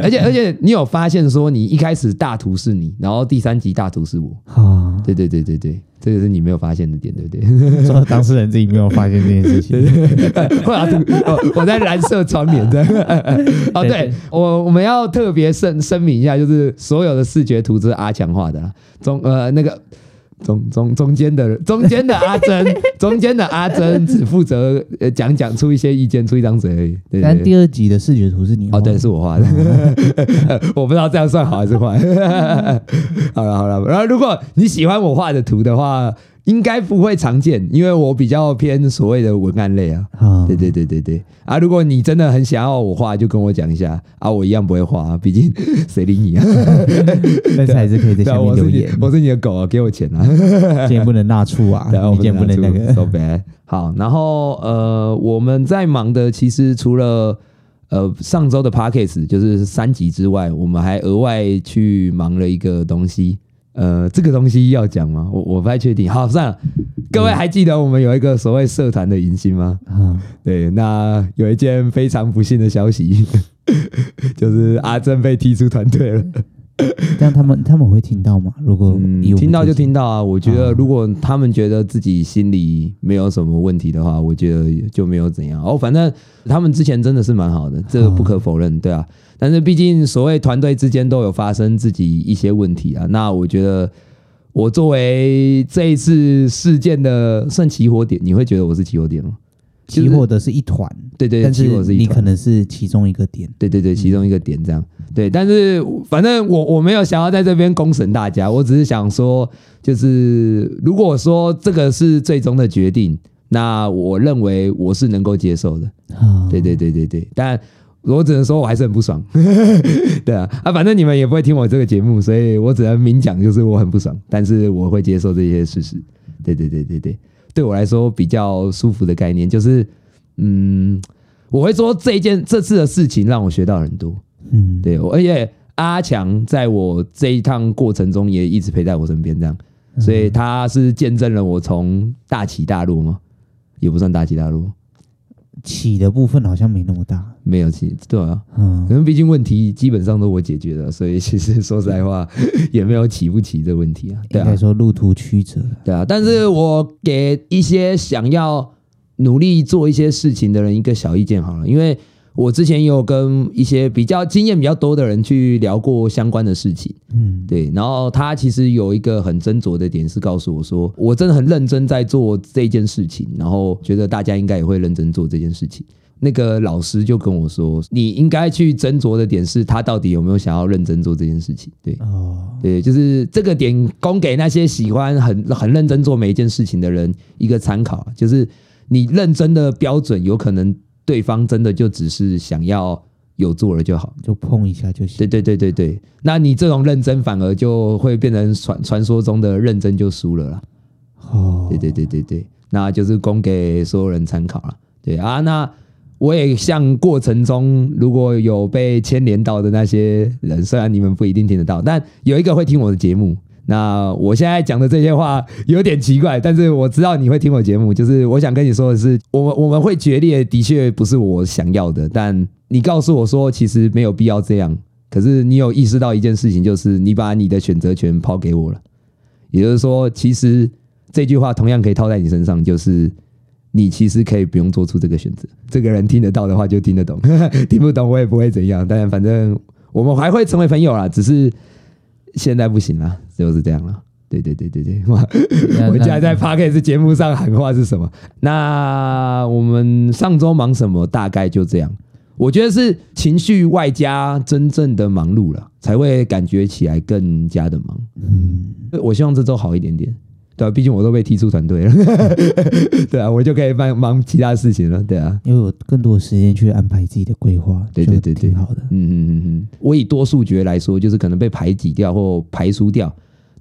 [SPEAKER 1] 而且而且你有发现说，你一开始大图是你，然后第三集大图是我，
[SPEAKER 2] 啊，
[SPEAKER 1] 对对对对对，这个是你没有发现的点，对不对？
[SPEAKER 2] 说到当事人自己没有发现这件事情，
[SPEAKER 1] 后来我我在蓝色窗帘的 哦，对我我们要特别声声明一下，就是所有的视觉图都是阿强画的啦，中呃那个中中中间的中间的阿珍， 中间的阿珍只负责呃讲讲出一些意见，出一张嘴而已。对对
[SPEAKER 2] 但
[SPEAKER 1] 对
[SPEAKER 2] 第二集的视觉图是你画
[SPEAKER 1] 哦，
[SPEAKER 2] 的
[SPEAKER 1] 对，是我画的， 我不知道这样算好还是坏。 好了好了，然后如果你喜欢我画的图的话，应该不会常见，因为我比较偏所谓的文案类啊。
[SPEAKER 2] 啊，
[SPEAKER 1] 对对对对对啊！如果你真的很想要我画，就跟我讲一下啊，我一样不会画，毕竟谁理你啊？
[SPEAKER 2] 但是还是可以
[SPEAKER 1] 对
[SPEAKER 2] 在下
[SPEAKER 1] 啊，
[SPEAKER 2] 面
[SPEAKER 1] 我是
[SPEAKER 2] 留
[SPEAKER 1] 你
[SPEAKER 2] 言，，
[SPEAKER 1] 我是你的狗啊，给我钱啊！
[SPEAKER 2] 今天不能纳畜啊，
[SPEAKER 1] 对啊，我
[SPEAKER 2] 你今天不能那个
[SPEAKER 1] so bad。好，然后呃，我们在忙的其实除了呃上周的 p a c k a g e 就是三集之外，我们还额外去忙了一个东西。呃，这个东西要讲吗？我我不太确定。好，算了，各位
[SPEAKER 2] 嗯
[SPEAKER 1] 还记得我们有一个所谓社团的迎新吗？
[SPEAKER 2] 啊，
[SPEAKER 1] 对，那有一件非常不幸的消息， 就是阿珍被踢出团队了。
[SPEAKER 2] 这样他们他们会听到吗？如果
[SPEAKER 1] 嗯，
[SPEAKER 2] 以我们
[SPEAKER 1] 听到就
[SPEAKER 2] 自己
[SPEAKER 1] 听到啊。我觉得如果他们觉得自己心里没有什么问题的话，我觉得就没有怎样。哦，反正他们之前真的是蛮好的，这个不可否认，对啊。但是毕竟所谓团队之间都有发生自己一些问题啊，那我觉得。我作为这一次事件的算起火点，你会觉得我是起火点吗？就是
[SPEAKER 2] 起火的是一团，
[SPEAKER 1] 对对，
[SPEAKER 2] 但
[SPEAKER 1] 起火是一
[SPEAKER 2] 你
[SPEAKER 1] 团
[SPEAKER 2] 可能是其中一个点，
[SPEAKER 1] 对对对，其中一个点这样。对，但是反正我我没有想要在这边公审大家，我只是想说，就是如果说这个是最终的决定，那我认为我是能够接受的。
[SPEAKER 2] 啊，
[SPEAKER 1] 对对对对对，但我只能说我还是很不爽。 对啊，啊，反正你们也不会听我这个节目，所以我只能明讲，就是我很不爽，但是我会接受这些事实。对对对对对，对我来说比较舒服的概念就是，嗯，我会说这一件这次的事情让我学到很多。
[SPEAKER 2] 嗯，
[SPEAKER 1] 对，我而且阿强在我这一趟过程中也一直陪在我身边，这样，所以他是见证了我从大起大落嘛，也不算大起大落，
[SPEAKER 2] 起的部分好像没那么大。
[SPEAKER 1] 没有其对啊，
[SPEAKER 2] 嗯
[SPEAKER 1] 可，能毕竟问题基本上都我解决了，所以其实说实在话也没有起不起这问题啊。对
[SPEAKER 2] 嗯应
[SPEAKER 1] 啊
[SPEAKER 2] 该，说路途曲折。
[SPEAKER 1] 对啊，但是我给一些想要努力做一些事情的人一个小意见好了，因为我之前也有跟一些比较经验比较多的人去聊过相关的事情，
[SPEAKER 2] 嗯，
[SPEAKER 1] 对，然后他其实有一个很斟酌的点是告诉我说，我真的很认真在做这件事情，然后觉得大家应该也会认真做这件事情。那个老师就跟我说，你应该去斟酌的点是他到底有没有想要认真做这件事情，对。
[SPEAKER 2] 哦，
[SPEAKER 1] 对，就是这个点供给那些喜欢很很认真做每一件事情的人一个参考啊，就是你认真的标准，有可能对方真的就只是想要有做了就好。
[SPEAKER 2] 就碰一下就行。
[SPEAKER 1] 对对对对对，那你这种认真反而就会变成传传说中的认真就输了啦。
[SPEAKER 2] 哦，
[SPEAKER 1] 对对对对对，那就是供给所有人参考了。对啊，那我也向过程中如果有被牵连到的那些人，虽然你们不一定听得到，但有一个会听我的节目。那我现在讲的这些话有点奇怪，但是我知道你会听我节目。就是我想跟你说的是，我们我们会决裂，的确不是我想要的。但你告诉我说，其实没有必要这样。可是你有意识到一件事情，就是你把你的选择权抛给我了。也就是说，其实这句话同样可以套在你身上，就是你其实可以不用做出这个选择。这个人听得到的话就听得懂， 听不懂我也不会怎样。当然，反正我们还会成为朋友啦，只是现在不行啦，就是这样啦。对对对对对，哇！
[SPEAKER 2] 那，
[SPEAKER 1] 我
[SPEAKER 2] 那
[SPEAKER 1] 竟然在 p a r k e 节目上喊话是什么？那我们上周忙什么？大概就这样。我觉得是情绪外加真正的忙碌了，才会感觉起来更加的忙。
[SPEAKER 2] 嗯，
[SPEAKER 1] 我希望这周好一点点，对啊，毕竟我都被踢出团队了， 对啊，我就可以忙忙其他事情了，对啊，
[SPEAKER 2] 因为我更多的时间去安排自己的规划，
[SPEAKER 1] 对对对对
[SPEAKER 2] 就挺好的。
[SPEAKER 1] 嗯嗯嗯嗯，我以多数决来说，就是可能被排挤掉或排除掉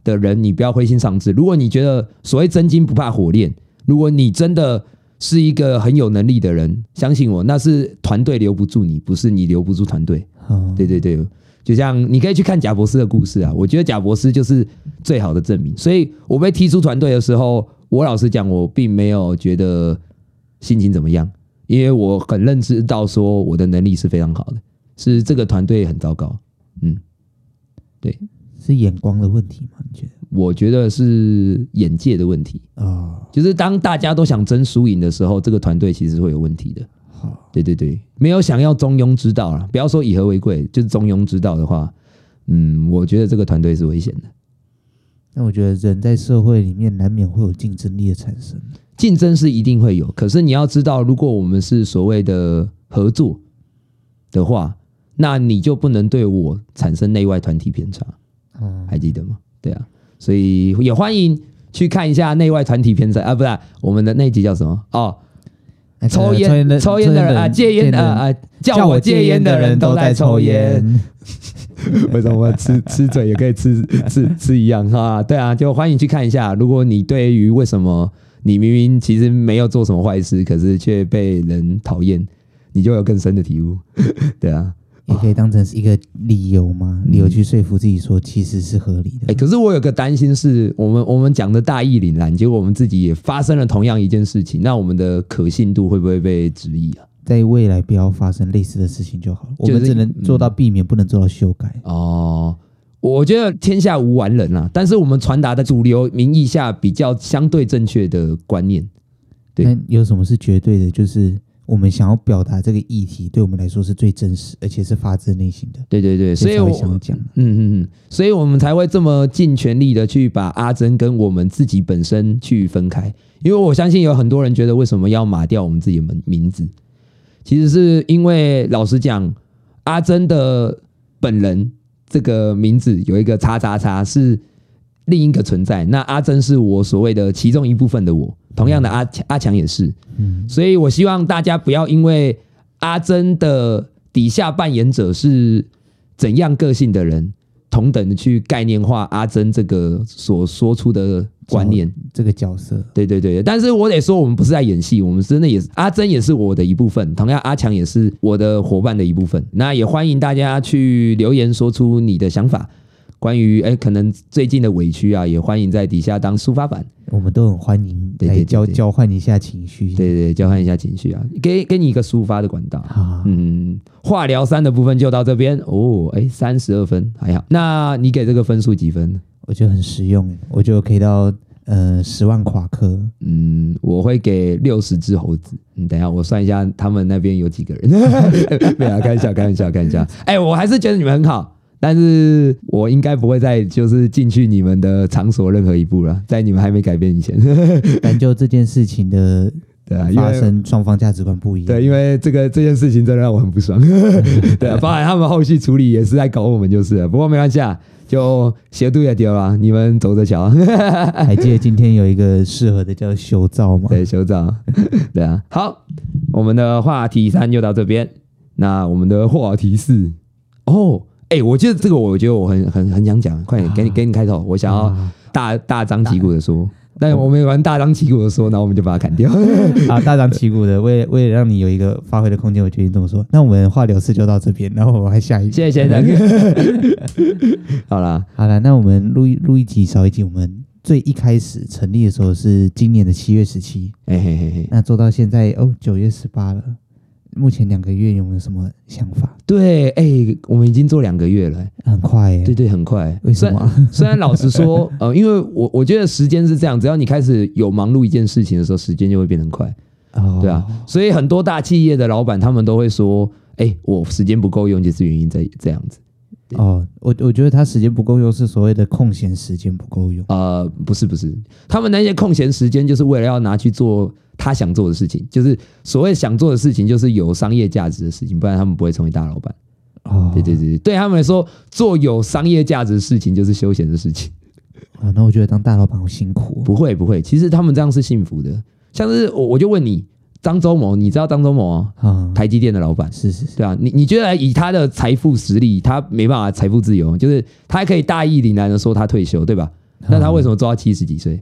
[SPEAKER 1] 的人，你不要灰心丧志。如果你觉得所谓真金不怕火炼，如果你真的是一个很有能力的人，相信我，那是团队留不住你，不是你留不住团队。
[SPEAKER 2] 嗯，
[SPEAKER 1] 对对对，就像你可以去看贾博士的故事啊，我觉得贾博士就是最好的证明。所以我被踢出团队的时候，我老实讲，我并没有觉得心情怎么样，因为我很认知到说我的能力是非常好的，是这个团队很糟糕。嗯，
[SPEAKER 2] 是眼光的问题吗？你觉得？
[SPEAKER 1] 我觉得是眼界的问题，
[SPEAKER 2] 哦，
[SPEAKER 1] 就是当大家都想争输赢的时候，这个团队其实会有问题的。
[SPEAKER 2] 好，
[SPEAKER 1] 对对对，没有想要中庸之道了，不要说以和为贵，就是中庸之道的话，嗯，我觉得这个团队是危险的。
[SPEAKER 2] 那我觉得人在社会里面难免会有竞争力的产生。
[SPEAKER 1] 竞争是一定会有，可是你要知道，如果我们是所谓的合作的话，那你就不能对我产生内外团体偏差，
[SPEAKER 2] 嗯，
[SPEAKER 1] 还记得吗？对啊，所以也欢迎去看一下内外团体偏差啊，不是啊、我们的那一集叫什么？哦，
[SPEAKER 2] 哎
[SPEAKER 1] 抽
[SPEAKER 2] 可能
[SPEAKER 1] 烟
[SPEAKER 2] 的
[SPEAKER 1] 抽烟的人啊，戒烟的
[SPEAKER 2] 人
[SPEAKER 1] 啊啊，叫我戒烟的人都在抽烟。。为什么我吃吃嘴也可以吃 吃吃一样哈？对啊，就欢迎去看一下。如果你对于为什么你明明其实没有做什么坏事，可是却被人讨厌，你就有更深的体悟。对啊，
[SPEAKER 2] 也可以当成是一个理由吗？理由去说服自己说其实是合理
[SPEAKER 1] 嗯哎、
[SPEAKER 2] 的。
[SPEAKER 1] 可是我有个担心是，我们我们讲的大义凛然，结果我们自己也发生了同样一件事情，那我们的可信度会不会被质疑啊？
[SPEAKER 2] 在未来不要发生类似的事情就好了。我
[SPEAKER 1] 就是
[SPEAKER 2] 们只能做到避免，不能做到修改。
[SPEAKER 1] 哦，我觉得天下无完人啊，但是我们传达的主流民意下比较相对正确的观念。对
[SPEAKER 2] 那有什么是绝对的？就是我们想要表达这个议题，对我们来说是最真实，而且是发自内心的。
[SPEAKER 1] 对对对，所以
[SPEAKER 2] 才
[SPEAKER 1] 我
[SPEAKER 2] 会想讲，
[SPEAKER 1] 嗯嗯嗯，所以我们才会这么尽全力的去把阿珍跟我们自己本身去分开，因为我相信有很多人觉得为什么要抹掉我们自己的名名字，其实是因为老实讲，阿珍的本人这个名字有一个叉叉叉是另一个存在，那阿珍是我所谓的其中一部分的我，同样的阿阿强也是，
[SPEAKER 2] 嗯，
[SPEAKER 1] 所以我希望大家不要因为阿珍的底下扮演者是怎样个性的人，同等的去概念化阿珍这个所说出的观念。
[SPEAKER 2] 嗯这个角色，
[SPEAKER 1] 对对对，但是我得说，我们不是在演戏，我们真的也是阿珍也是我的一部分，同样阿强也是我的伙伴的一部分。那也欢迎大家去留言说出你的想法。关于哎可能最近的委屈啊，也欢迎在底下当抒发版，
[SPEAKER 2] 我们都很欢迎
[SPEAKER 1] 对对
[SPEAKER 2] 来
[SPEAKER 1] 对
[SPEAKER 2] 交
[SPEAKER 1] 对
[SPEAKER 2] 交换一下情绪。
[SPEAKER 1] 对对，交换一下情绪啊，给给你一个抒发的管道。
[SPEAKER 2] 啊，
[SPEAKER 1] 嗯，化疗三的部分就到这边哦，哎，三十二分还好。那你给这个分数几分？
[SPEAKER 2] 我觉得很实用，我觉得可以到呃十万夸克。
[SPEAKER 1] 嗯，我会给六十只猴子。嗯，等一下，我算一下他们那边有几个人。 没有啊，开玩笑，开玩笑，开玩笑。哎、我还是觉得你们很好，但是我应该不会再就是进去你们的场所任何一步了，在你们还没改变以前。
[SPEAKER 2] 但就这件事情的
[SPEAKER 1] 对啊，因
[SPEAKER 2] 发
[SPEAKER 1] 为。
[SPEAKER 2] 生，双方价值观不一样。
[SPEAKER 1] 对，因为这个这件事情真的让我很不 爽。对啊，包含他们后续处理也是在搞我们就是了，不过没关系啊，就斜度也丢了，你们走着瞧。
[SPEAKER 2] 还记得今天有一个适合的叫修造吗？
[SPEAKER 1] 对，酋长， 对啊。好，我们的话题三就到这边。那我们的话题四，哦，哎、我觉得这个，我觉得我很很很想讲，快点给你给你开头，我想要
[SPEAKER 2] 啊，
[SPEAKER 1] 大啊大张旗鼓的说。但我们玩大张旗鼓的说，那我们就把它砍 掉。
[SPEAKER 2] 啊大张旗鼓的，为为了让你有一个发挥的空间，我决定这么说。那我们话聊次就到这边，然后我还下一集。
[SPEAKER 1] 谢谢 大哥。好啦，
[SPEAKER 2] 好了，那我们录一录一集少一集。我们最一开始成立的时候是今年的七月十七，
[SPEAKER 1] 哎、嘿嘿嘿，
[SPEAKER 2] 那做到现在哦九月十八了，目前两个月有没有什么想法？
[SPEAKER 1] 对，哎、我们已经做两个月了、
[SPEAKER 2] 很快耶、
[SPEAKER 1] 对对，很快。
[SPEAKER 2] 为什么啊？
[SPEAKER 1] 虽然老实 说，呃，因为我我觉得时间是这样，只要你开始有忙碌一件事情的时候，时间就会变得很快。
[SPEAKER 2] 哦
[SPEAKER 1] 对啊，所以很多大企业的老板他们都会说：“哎、我时间不够用，就是原因在这样子。
[SPEAKER 2] 哦，我我觉得他时间不够用，是所谓的空闲时间不够用”
[SPEAKER 1] 呃，不是不是，他们那些空闲时间就是为了要拿去做他想做的事情，就是所谓想做的事情，就是有商业价值的事情，不然他们不会成为大老板。
[SPEAKER 2] 哦。
[SPEAKER 1] 对对对，对对他们来说，做有商业价值的事情就是休闲的事情。
[SPEAKER 2] 啊，那我觉得当大老板好辛苦、哦。
[SPEAKER 1] 不会不会，其实他们这样是幸福的。像是我我就问你，张忠谋，你知道张忠谋、啊、
[SPEAKER 2] 啊、
[SPEAKER 1] 台积电的老板？
[SPEAKER 2] 是是是，
[SPEAKER 1] 对啊，你你觉得以他的财富实力，他没办法财富自由，就是他可以大义凛然的说他退休，对吧？那他为什
[SPEAKER 2] 么？
[SPEAKER 1] 么做到七十几岁？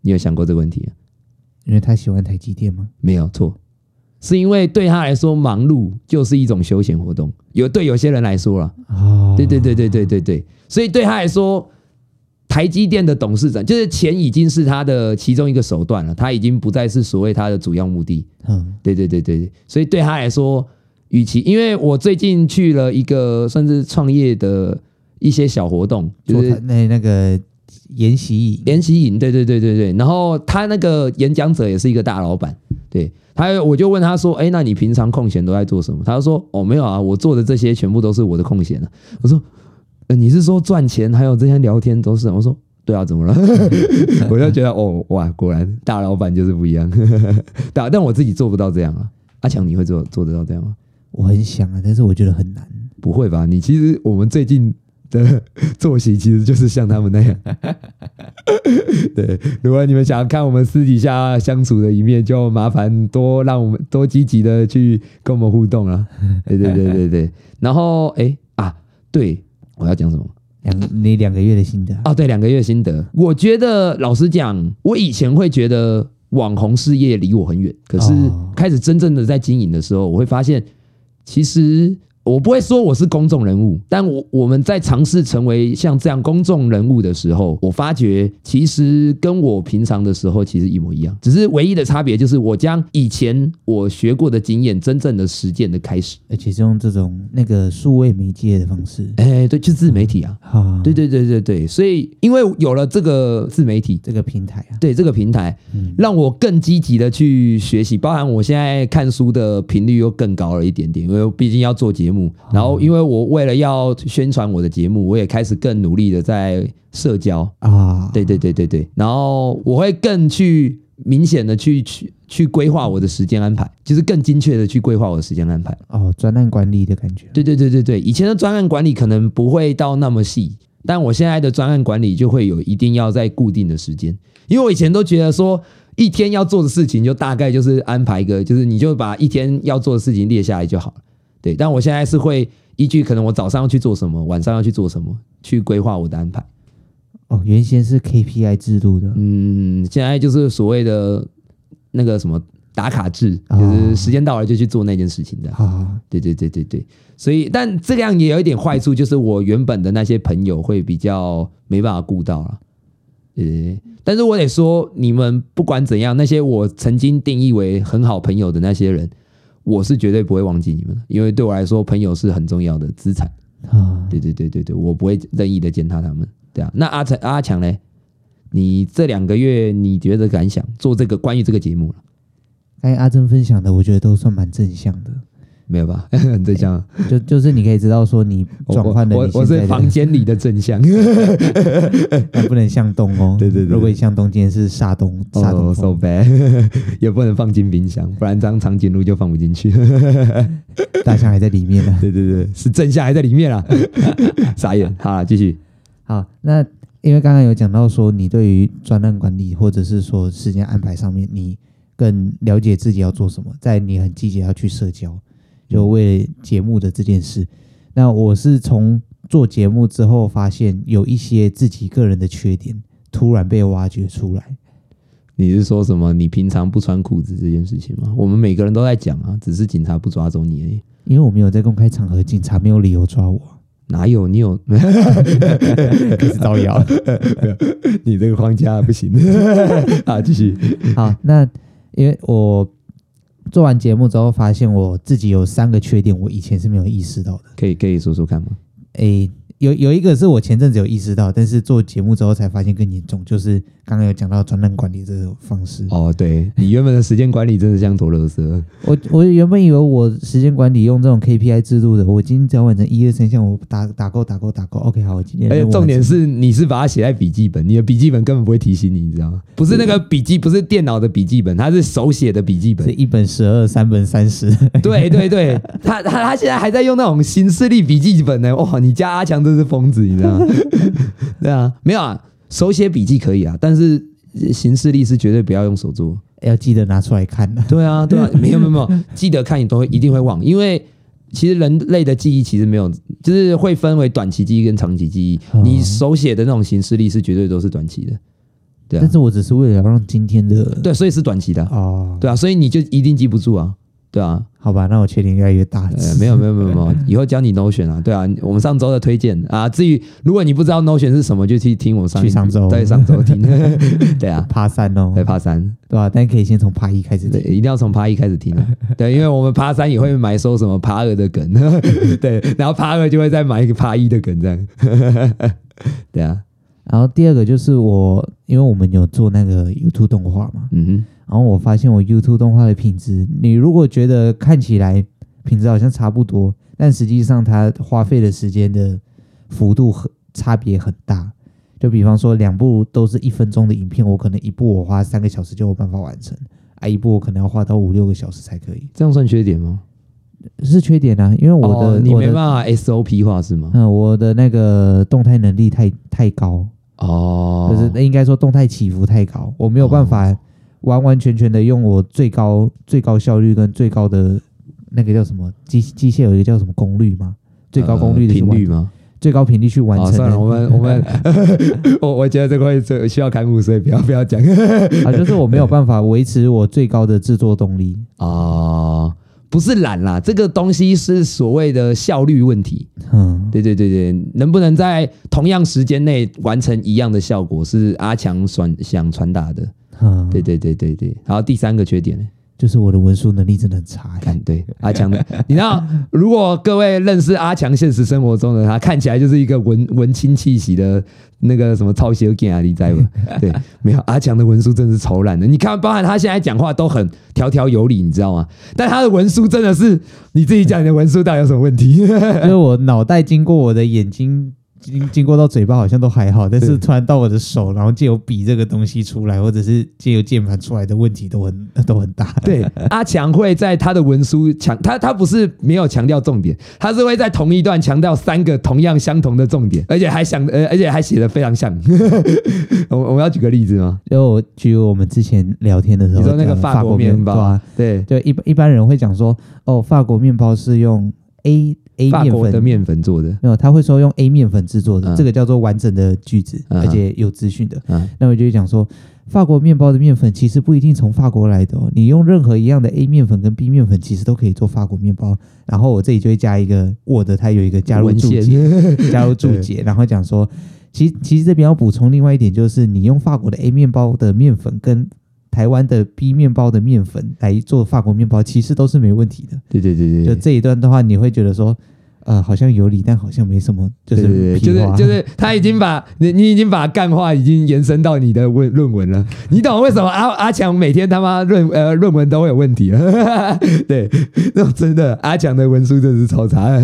[SPEAKER 1] 你有想过这个问题、啊？
[SPEAKER 2] 因为他喜欢台积电吗？
[SPEAKER 1] 没有错，是因为对他来说，忙碌就是一种休闲活动。有对有些人来说啦，
[SPEAKER 2] 哦，
[SPEAKER 1] 对对对对对对对，所以对他来说，台积电的董事长就是钱已经是他的其中一个手段了，他已经不再是所谓他的主要目的。
[SPEAKER 2] 嗯，
[SPEAKER 1] 对对对对对，所以对他来说，与其因为我最近去了一个算是创业的一些小活动，就
[SPEAKER 2] 做他
[SPEAKER 1] 是
[SPEAKER 2] 那那个研习营
[SPEAKER 1] 联席营，对对对对对，然后他那个演讲者也是一个大老板，对他，我就问他说，哎，那你平常空闲都在做什么？他就说，哦，没有啊，我做的这些全部都是我的空闲啊。我说，呃，你是说赚钱还有这些聊天都是？我说。对啊，怎么了？ 我就觉得哦，哇，果然大老板就是不一样。 但但我自己做不到这样啊。阿强，你会做做得到这样吗？
[SPEAKER 2] 我很想啊，但是我觉得很难。
[SPEAKER 1] 不会吧？你其实我们最近的作息其实就是像他们那样。对，如果你们想要看我们私底下相处的一面，就麻烦多让我们多积极的去跟我们互动了。对对对对对。然后哎啊，对，我要讲什么？
[SPEAKER 2] 两你两个月的心得啊，
[SPEAKER 1] 哦，对，两个月心得。我觉得老实讲，我以前会觉得网红事业离我很远，可是
[SPEAKER 2] 哦
[SPEAKER 1] 开始真正的在经营的时候，我会发现，其实我不会说我是公众人物，但我我们在尝试成为像这样公众人物的时候，我发觉其实跟我平常的时候其实一模一样，只是唯一的差别就是我将以前我学过的经验，真正的实践的开始。
[SPEAKER 2] 而且是用这种那个数位媒介的方式。
[SPEAKER 1] 哎，对，就自媒体啊，
[SPEAKER 2] 啊，
[SPEAKER 1] 对对对对对，所以因为有了这个自媒体。
[SPEAKER 2] 这个平台啊，
[SPEAKER 1] 对这个平台，
[SPEAKER 2] 嗯
[SPEAKER 1] 让我更积极的去学习，包含我现在看书的频率又更高了一点点，因为毕竟要做节目，然后因为我为了要宣传我的节目，我也开始更努力的在社交，
[SPEAKER 2] 啊，
[SPEAKER 1] 对对对对对，然后我会更去明显的去去去规划我的时间安排，就是更精确的去规划我的时间安排。
[SPEAKER 2] 哦，专案管理的感觉。
[SPEAKER 1] 对对对对对，以前的专案管理可能不会到那么细，但我现在的专案管理就会有一定要在固定的时间，因为我以前都觉得说一天要做的事情就大概就是安排一个，就是你就把一天要做的事情列下来就好了。对，但我现在是会依据可能我早上要去做什么，晚上要去做什么，去规划我的安排。
[SPEAKER 2] 哦，原先是 KPI 制度的，
[SPEAKER 1] 嗯嗯，现在就是所谓的那个什么。打卡制，
[SPEAKER 2] 哦
[SPEAKER 1] 就是时间到了就去做那件事情这样。
[SPEAKER 2] 啊，
[SPEAKER 1] 对对对对对，所以但这样也有一点坏处，就是我原本的那些朋友会比较没办法顾到了。对对对，但是我得说，你们不管怎样，那些我曾经定义为很好朋友的那些人，我是绝对不会忘记你们的，因为对我来说，朋友是很重要的资产。
[SPEAKER 2] 啊
[SPEAKER 1] 对对对对对，我不会任意的践踏他们。对啊，那阿成阿强嘞，你这两个月你觉得感想做这个关于这个节目了
[SPEAKER 2] 刚才阿珍分享的，我觉得都算蛮正向的，
[SPEAKER 1] 没有
[SPEAKER 2] 哎
[SPEAKER 1] 吧？很正向啊。
[SPEAKER 2] 就就是你可以知道说你
[SPEAKER 1] 我
[SPEAKER 2] 转换了
[SPEAKER 1] 我
[SPEAKER 2] 你
[SPEAKER 1] 我
[SPEAKER 2] 现
[SPEAKER 1] 是
[SPEAKER 2] 在
[SPEAKER 1] 房
[SPEAKER 2] 的，
[SPEAKER 1] 间里的正向。
[SPEAKER 2] 但不能向东哦。
[SPEAKER 1] 对对对对
[SPEAKER 2] 如果你向东，今天是煞东，煞
[SPEAKER 1] 哦
[SPEAKER 2] 东
[SPEAKER 1] ，so
[SPEAKER 2] 风。
[SPEAKER 1] bad，也不能放进冰箱，不然这样长颈鹿就放不进去。
[SPEAKER 2] 大象还在里面呢。
[SPEAKER 1] 哦对对对，是正下还在里面啦， 傻眼。好啦，继续。
[SPEAKER 2] 好，那因为刚刚有讲到说，你对于专案管理或者是说时间安排上面，你更了解自己要做什么，在你很积极要去社交，就
[SPEAKER 1] 嗯
[SPEAKER 2] 为了节目的这件事。那我是从做节目之后，发现有一些自己个人的缺点突然被挖掘出来。
[SPEAKER 1] 你是说什么？你平常不穿裤子这件事情吗？我们每个人都在讲啊，只是警察不抓走你而已。
[SPEAKER 2] 因为我没有在公开场合，警察没有理由抓我，
[SPEAKER 1] 哪有？你有？
[SPEAKER 2] 开始造谣。
[SPEAKER 1] 你这个框架不行 啊！继续。
[SPEAKER 2] 好，那因为我做完节目之后，发现我自己有三个缺点，我以前是没有意识到的。
[SPEAKER 1] 可以可以说说看吗？
[SPEAKER 2] 诶、有有一个是我前阵子有意识到，但是做节目之后才发现更严重，就是刚刚有讲到专栏管理这种方式。
[SPEAKER 1] 哦，对你原本的时间管理真是像陀螺蛇。
[SPEAKER 2] 我我原本以为我时间管理用这种 KPI 制度的，我今天只要完成一二三项，我打打勾打勾打勾，OK，好，我今天
[SPEAKER 1] 而
[SPEAKER 2] 任务
[SPEAKER 1] 且
[SPEAKER 2] 完
[SPEAKER 1] 哎重点
[SPEAKER 2] 成
[SPEAKER 1] 是，你是把它写在笔记本，你的笔记本根本不会提醒你，你知道吗？不是那个笔记，不是电脑的笔记本，它是手写的笔记本
[SPEAKER 2] 是。一本十二，三本三十。
[SPEAKER 1] 对对对，他他他现在还在用那种新势力笔记本呢。哇，你家阿强真是疯子，你知道吗？ 对啊，没有啊，手写笔记可以啊，但是行事历是绝对不要用手做。
[SPEAKER 2] 要记得拿出来看啊
[SPEAKER 1] 对啊，对 啊，没有没有没有，记得看你都会一定会忘，因为其实人类的记忆其实没有，就是会分为短期记忆跟长期记忆。
[SPEAKER 2] 哦
[SPEAKER 1] 你手写的那种行事历是绝对都是短期的，对啊
[SPEAKER 2] 但，是我只是为了要让今天的
[SPEAKER 1] 对，所以是短期的啊、
[SPEAKER 2] 哦，
[SPEAKER 1] 对啊，所以你就一定记不住啊，对啊，
[SPEAKER 2] 好吧，那我缺点越来越大了。
[SPEAKER 1] 呃，没有没有没有没有，以后教你 Notion 啊，对啊，我们上周的推荐啊，至于如果你不知道 Notion 是什么，就去听我上一
[SPEAKER 2] 去上周
[SPEAKER 1] 对上周 听，对啊，
[SPEAKER 2] 爬山哦，
[SPEAKER 1] 对，爬山，
[SPEAKER 2] 对吧、但可以先从爬一开始
[SPEAKER 1] 对，
[SPEAKER 2] 的。
[SPEAKER 1] 一定要从爬一开始听 啊，对，因为我们爬山也会埋收什么爬二的梗， 对，然后爬二就会再埋一个爬一的梗这样， 对啊，
[SPEAKER 2] 然后第二个就是我，因为我们有做那个 YouTube 动画嘛，
[SPEAKER 1] 嗯哼，
[SPEAKER 2] 然后我发现我 YouTube 动画的品质，你如果觉得看起来品质好像差不多，但实际上它花费的时间的幅度很差别很大。就比方说两部都是一分钟的影片，我可能一部我花三个小时就有办法完成，啊，一部我可能要花到五六个小时才可以，
[SPEAKER 1] 这样算缺点吗？
[SPEAKER 2] 是缺点啊，因为我的、
[SPEAKER 1] 哦你
[SPEAKER 2] 我
[SPEAKER 1] 没
[SPEAKER 2] 的
[SPEAKER 1] 办法 SOP 化是吗？
[SPEAKER 2] 嗯，我的那个动态能力太太高，
[SPEAKER 1] 哦，
[SPEAKER 2] 就是应该说动态起伏太高，我没有办法完完全全的用我最高最高效率跟最高的那个叫什么机机械有一个叫什么功率吗？最高功率
[SPEAKER 1] 呃
[SPEAKER 2] 的去
[SPEAKER 1] 频
[SPEAKER 2] 完、
[SPEAKER 1] 率吗？
[SPEAKER 2] 最高频率去完
[SPEAKER 1] 好，
[SPEAKER 2] 成的、
[SPEAKER 1] 算了，我们我 们我我觉得这个会最需要砍骨，所以不要不要讲
[SPEAKER 2] 啊，就是我没有办法维持我最高的制作动力。
[SPEAKER 1] 哦，不是懒啦，这个东西是所谓的效率问题。
[SPEAKER 2] 嗯，
[SPEAKER 1] 对对对对，能不能在同样时间内完成一样的效果，是阿强传想传达的。
[SPEAKER 2] 嗯，
[SPEAKER 1] 对，对对对对。然后第三个缺点呢，
[SPEAKER 2] 就是我的文书能力真的很差、欸。
[SPEAKER 1] 看对阿强 的，你知道，如果各位认识阿强现实生活中的他，看起来就是一个文文青气息的那个什么抄袭给啊，你在吗？对，没有阿强的文书真的是超烂的。你看，包含他现在讲话都很条条有理，你知道吗？但他的文书真的是你自己讲，你的文书到底有什么问题？
[SPEAKER 2] 就是我脑袋经过我的眼睛，经经过到嘴巴好像都还好，但是
[SPEAKER 1] 对
[SPEAKER 2] 突然到我的手，然后借由笔这个东西出来，或者是借由键盘出来的问题都很都很大。
[SPEAKER 1] 对，阿强会在他的文书强，他他不是没有强调重点，他是会在同一段强调三个同样相同的重点，而且还想呃，而且还写的非常像。 我我们要举个例子吗？
[SPEAKER 2] 就我举我们之前聊天的时候，
[SPEAKER 1] 你说那个
[SPEAKER 2] 讲法
[SPEAKER 1] 法国
[SPEAKER 2] 面
[SPEAKER 1] 面包，对
[SPEAKER 2] 对啊，就一般一般人会讲说，哦，法国面包是用 A A
[SPEAKER 1] 法
[SPEAKER 2] 面
[SPEAKER 1] 国
[SPEAKER 2] 粉
[SPEAKER 1] 的面粉做的，
[SPEAKER 2] 没有，他会说用 A 面粉制作的，
[SPEAKER 1] 嗯
[SPEAKER 2] 这个叫做完整的句子，
[SPEAKER 1] 嗯
[SPEAKER 2] 而且有资讯的。
[SPEAKER 1] 嗯
[SPEAKER 2] 那我就会讲说，法国面包的面粉其实不一定从法国来的哦，你用任何一样的 A 面粉跟 B 面粉，其实都可以做法国面包。然后我这里就会加一个 Word，它有一个加入
[SPEAKER 1] 文
[SPEAKER 2] 注
[SPEAKER 1] 献
[SPEAKER 2] 解， 加入注解，然后讲说，其其实这边要补充另外一点，就是你用法国的 A 面包的面粉跟台湾的 B 面包的面粉来做法国面包，其实都是没问题的。
[SPEAKER 1] 对对对对，
[SPEAKER 2] 就
[SPEAKER 1] 对
[SPEAKER 2] 这一段的话，你会觉得说，呃，好像有理，但好像没什么，就
[SPEAKER 1] 对
[SPEAKER 2] 是
[SPEAKER 1] 对对，
[SPEAKER 2] 屁
[SPEAKER 1] 就是
[SPEAKER 2] 话
[SPEAKER 1] 就是，他已经把你你已经把干话已经延伸到你的论论文了，你懂为什么阿阿强每天他妈论呃论文都会有问题 了？对， 那种真的阿强的文书真的是超差。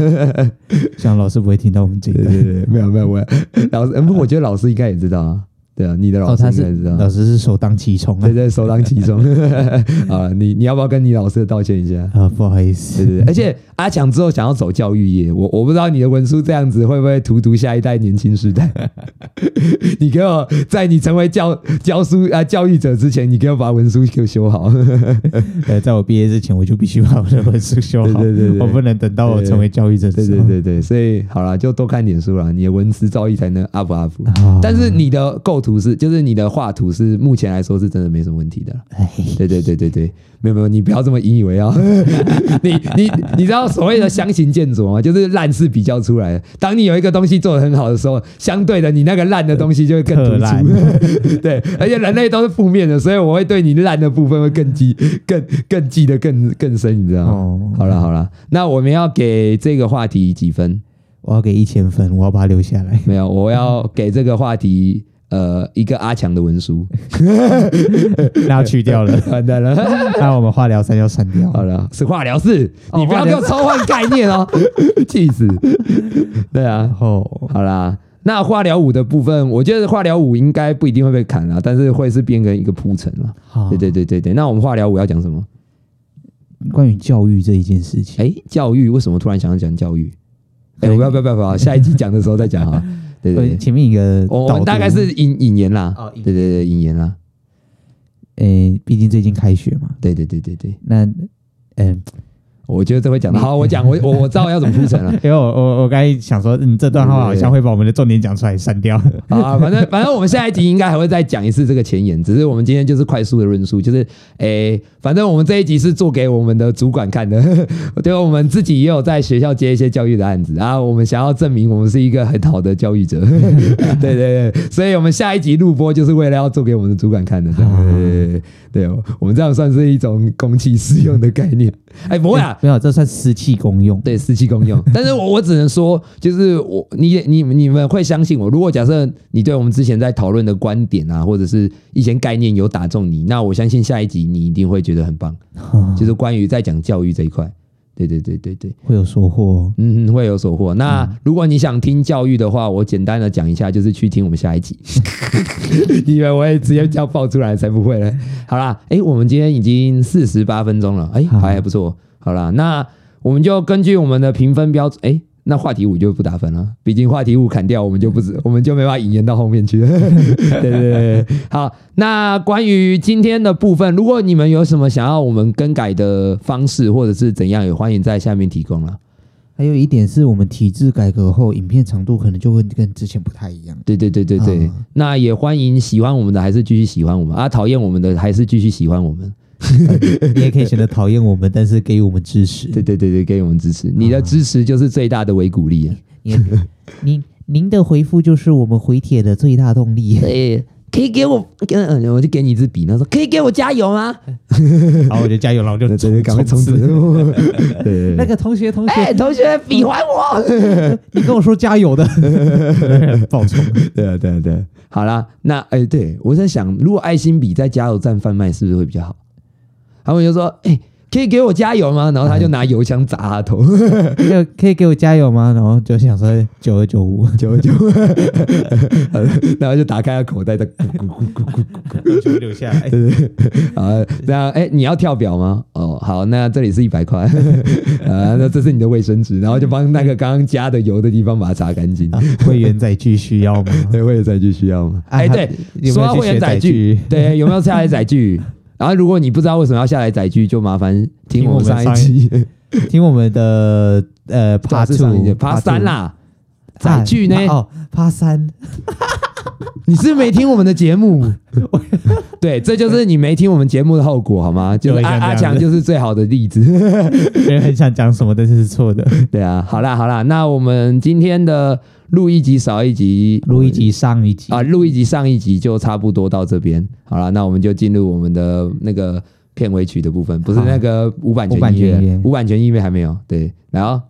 [SPEAKER 2] 希望老师不会听到我们这一
[SPEAKER 1] 对
[SPEAKER 2] 段。
[SPEAKER 1] 对对，没有没有 我老师，嗯我觉得老师应该也知道啊，对啊，你的老
[SPEAKER 2] 哦，
[SPEAKER 1] 师
[SPEAKER 2] 他
[SPEAKER 1] 应
[SPEAKER 2] 是
[SPEAKER 1] 该知道，
[SPEAKER 2] 老师是首当其冲啊
[SPEAKER 1] 对，对，首当其 冲。啊，你你要不要跟你老师道歉一下？
[SPEAKER 2] 啊，不好意
[SPEAKER 1] 对
[SPEAKER 2] 思，
[SPEAKER 1] 对对，而且阿强之后想要走教育业，我我不知道你的文书这样子会不会荼毒下一代年轻世代。 你给我在你成为教教书啊教育者之前，你给我把文书给我修好。
[SPEAKER 2] 呃，在我毕业之前，我就必须把我的文书修好，哦
[SPEAKER 1] 对对对对
[SPEAKER 2] 我不能等到我成为教育者之
[SPEAKER 1] 对
[SPEAKER 2] 后。
[SPEAKER 1] 对对对，所以好啦，就多看点书啦，你的文字造诣才能 up up。
[SPEAKER 2] 啊
[SPEAKER 1] 但是你的构图是，就是你的画图是目前来说是真的没什么问题 的啦。
[SPEAKER 2] 哎
[SPEAKER 1] 对对对对对，没有没有，你不要这么引以为傲。 你你你知道所谓的相形见绌吗？就是烂是比较出来的。当你有一个东西做得很好的时候，相对的你那个烂的东西就会更
[SPEAKER 2] 特
[SPEAKER 1] 突
[SPEAKER 2] 烂
[SPEAKER 1] 出。 对，而且人类都是负面的，所以我会对你烂的部分会更记、更更记得更更深，你知道吗？
[SPEAKER 2] 哦，
[SPEAKER 1] 好了好了，那我们要给这个话题几分？
[SPEAKER 2] 我要给一千分，我要把它留下 来。
[SPEAKER 1] 没有，我要给这个话题呃一个阿强的文书，
[SPEAKER 2] 那要去掉了，
[SPEAKER 1] 完蛋了。
[SPEAKER 2] 那我们化疗三要删掉。
[SPEAKER 1] 好了，是化疗室，
[SPEAKER 2] 哦
[SPEAKER 1] 你不要给我抽换概念哦，气死！对啊
[SPEAKER 2] 然，后
[SPEAKER 1] 好啦，那化疗舞的部分，我觉得化疗舞应该不一定会被砍啦，但是会是变成一个铺陈啦。
[SPEAKER 2] 好，
[SPEAKER 1] 对对对对对，那我们化疗舞要讲什么？
[SPEAKER 2] 关于教育这一件事情，
[SPEAKER 1] 哎，教育为什么突然想要讲教育？哎，不要不要不要不要，下一集讲的时候再讲哈。对对
[SPEAKER 2] 呃
[SPEAKER 1] 对，
[SPEAKER 2] 前面一个
[SPEAKER 1] 我我
[SPEAKER 2] 导
[SPEAKER 1] 们
[SPEAKER 2] 读
[SPEAKER 1] 大概是引引言啦
[SPEAKER 2] 哦，引
[SPEAKER 1] 对对对引言啦，
[SPEAKER 2] 诶，毕竟最近开学嘛，
[SPEAKER 1] 对对对对对，
[SPEAKER 2] 那嗯，
[SPEAKER 1] 我觉得这会讲的好，我讲我我我知道要怎么铺陈了。
[SPEAKER 2] 因为我哎我我刚才想说，嗯，这段话好像会把我们的重点讲出来删掉。
[SPEAKER 1] 好啊，反正 反正我们下一集应该还会再讲一次这个前言，只是我们今天就是快速的论述，就是诶、反正我们这一集是做给我们的主管看的， 对，我们自己也有在学校接一些教育的案子啊，我们想要证明我们是一个很好的教育者， 对对对，所以我们下一集录播就是为了要做给我们的主管看的，对对对对对，我们这样算是一种公器私用的概念，哎、不会啊，
[SPEAKER 2] 没有，这算私器公用。
[SPEAKER 1] 对，私器公用。但是我我只能说，就是我你你你们会相信我。如果假设你对我们之前在讨论的观点啊，或者是一些概念有打中你，那我相信下一集你一定会觉得很棒。就是关于在讲教育这一块，对对对对对，
[SPEAKER 2] 会有收获哦。
[SPEAKER 1] 嗯，会有收获。那如果你想听教育的话，我简单的讲一下，就是去听我们下一集。 你以为我会直接叫爆出来？才不会嘞！好啦，哎、我们今天已经四十八分钟了，哎、
[SPEAKER 2] 好
[SPEAKER 1] 还还不错。好啦，那我们就根据我们的评分标准，哎、那话题五就不打分了，毕竟话题五砍掉，我们就不止，我们就没办法引言到后面去 了。对对对，对好，那关于今天的部分，如果你们有什么想要我们更改的方式，或者是怎样，也欢迎在下面提供啦。
[SPEAKER 2] 还有一点是我们体制改革后，影片长度可能就会跟之前不太一 样。
[SPEAKER 1] 对对对对对，
[SPEAKER 2] 啊
[SPEAKER 1] 那也欢迎喜欢我们的还是继续喜欢我们啊，讨厌我们的还是继续喜欢我们。
[SPEAKER 2] 你也可以选择讨厌我们，但是给予我们支持。
[SPEAKER 1] 对对对对，给我们支持，你的支持就是最大的维鼓励啊。
[SPEAKER 2] 您您您的回复就是我们回帖的最大动力。
[SPEAKER 1] 对，可以给我，嗯，我就给你一支笔，那说可以给我加油吗？
[SPEAKER 2] 好，我就加油了，我就
[SPEAKER 1] 对对对，赶快充值。对 对
[SPEAKER 2] 那
[SPEAKER 1] 对，
[SPEAKER 2] 个同学，同
[SPEAKER 1] 哎，
[SPEAKER 2] 学，
[SPEAKER 1] 同学，笔还我。
[SPEAKER 2] 你跟我说加油的， 爆冲。
[SPEAKER 1] 对啊对啊对啊，好啦，那哎，对我在想，如果爱心笔在加油站贩卖，是不是会比较好？他们就说，哎。可以给我加油吗？然后他就拿油枪砸他头，
[SPEAKER 2] 可以可以给我加油吗？然后就想说九二九五，
[SPEAKER 1] 九九，然后就打开他口袋的，
[SPEAKER 2] 全部留下来。
[SPEAKER 1] 啊，那哎、你要跳表吗？哦，好，那这里是一百块， 啊，那这是你的卫生纸，然后就帮那个刚刚加的油的地方把它擦干净。
[SPEAKER 2] 啊会员载具需要吗？
[SPEAKER 1] 对，会员载具需要吗？哎、对，
[SPEAKER 2] 啊有
[SPEAKER 1] 说
[SPEAKER 2] 没
[SPEAKER 1] 到
[SPEAKER 2] 有
[SPEAKER 1] 会
[SPEAKER 2] 去
[SPEAKER 1] 员
[SPEAKER 2] 学
[SPEAKER 1] 载
[SPEAKER 2] 载
[SPEAKER 1] 具
[SPEAKER 2] 具？，
[SPEAKER 1] 对，有没有下载载具？然后如果你不知道为什么要下载载具，就麻烦听
[SPEAKER 2] 听
[SPEAKER 1] 我
[SPEAKER 2] 我
[SPEAKER 1] 们上
[SPEAKER 2] 们
[SPEAKER 1] 一
[SPEAKER 2] 上
[SPEAKER 1] 集。
[SPEAKER 2] 听我们的呃
[SPEAKER 1] 爬
[SPEAKER 2] Part
[SPEAKER 1] 是上一届
[SPEAKER 2] Two、啊
[SPEAKER 1] 爬三啦，
[SPEAKER 2] Part two
[SPEAKER 1] 载具呢
[SPEAKER 2] 啊？哦，Part 三，
[SPEAKER 1] 你是没听我们的节 目，对，这就是你没听我们节目的后果，好吗？就是
[SPEAKER 2] 有一
[SPEAKER 1] 阿阿
[SPEAKER 2] 项这样子
[SPEAKER 1] 强就是最好的例子。
[SPEAKER 2] 别人很想讲什么，但是是错的。
[SPEAKER 1] 对啊，好啦好啦，那我们今天的录一集少一集，
[SPEAKER 2] 录一集上一集
[SPEAKER 1] 啊，录一集上一集就差不多到这边。好啦，那我们就进入我们的那个片尾曲的部分，不是
[SPEAKER 2] 好
[SPEAKER 1] 那个无版
[SPEAKER 2] 无版
[SPEAKER 1] 权音
[SPEAKER 2] 权音
[SPEAKER 1] 乐
[SPEAKER 2] 乐，
[SPEAKER 1] 无版权音乐还没有。对，然后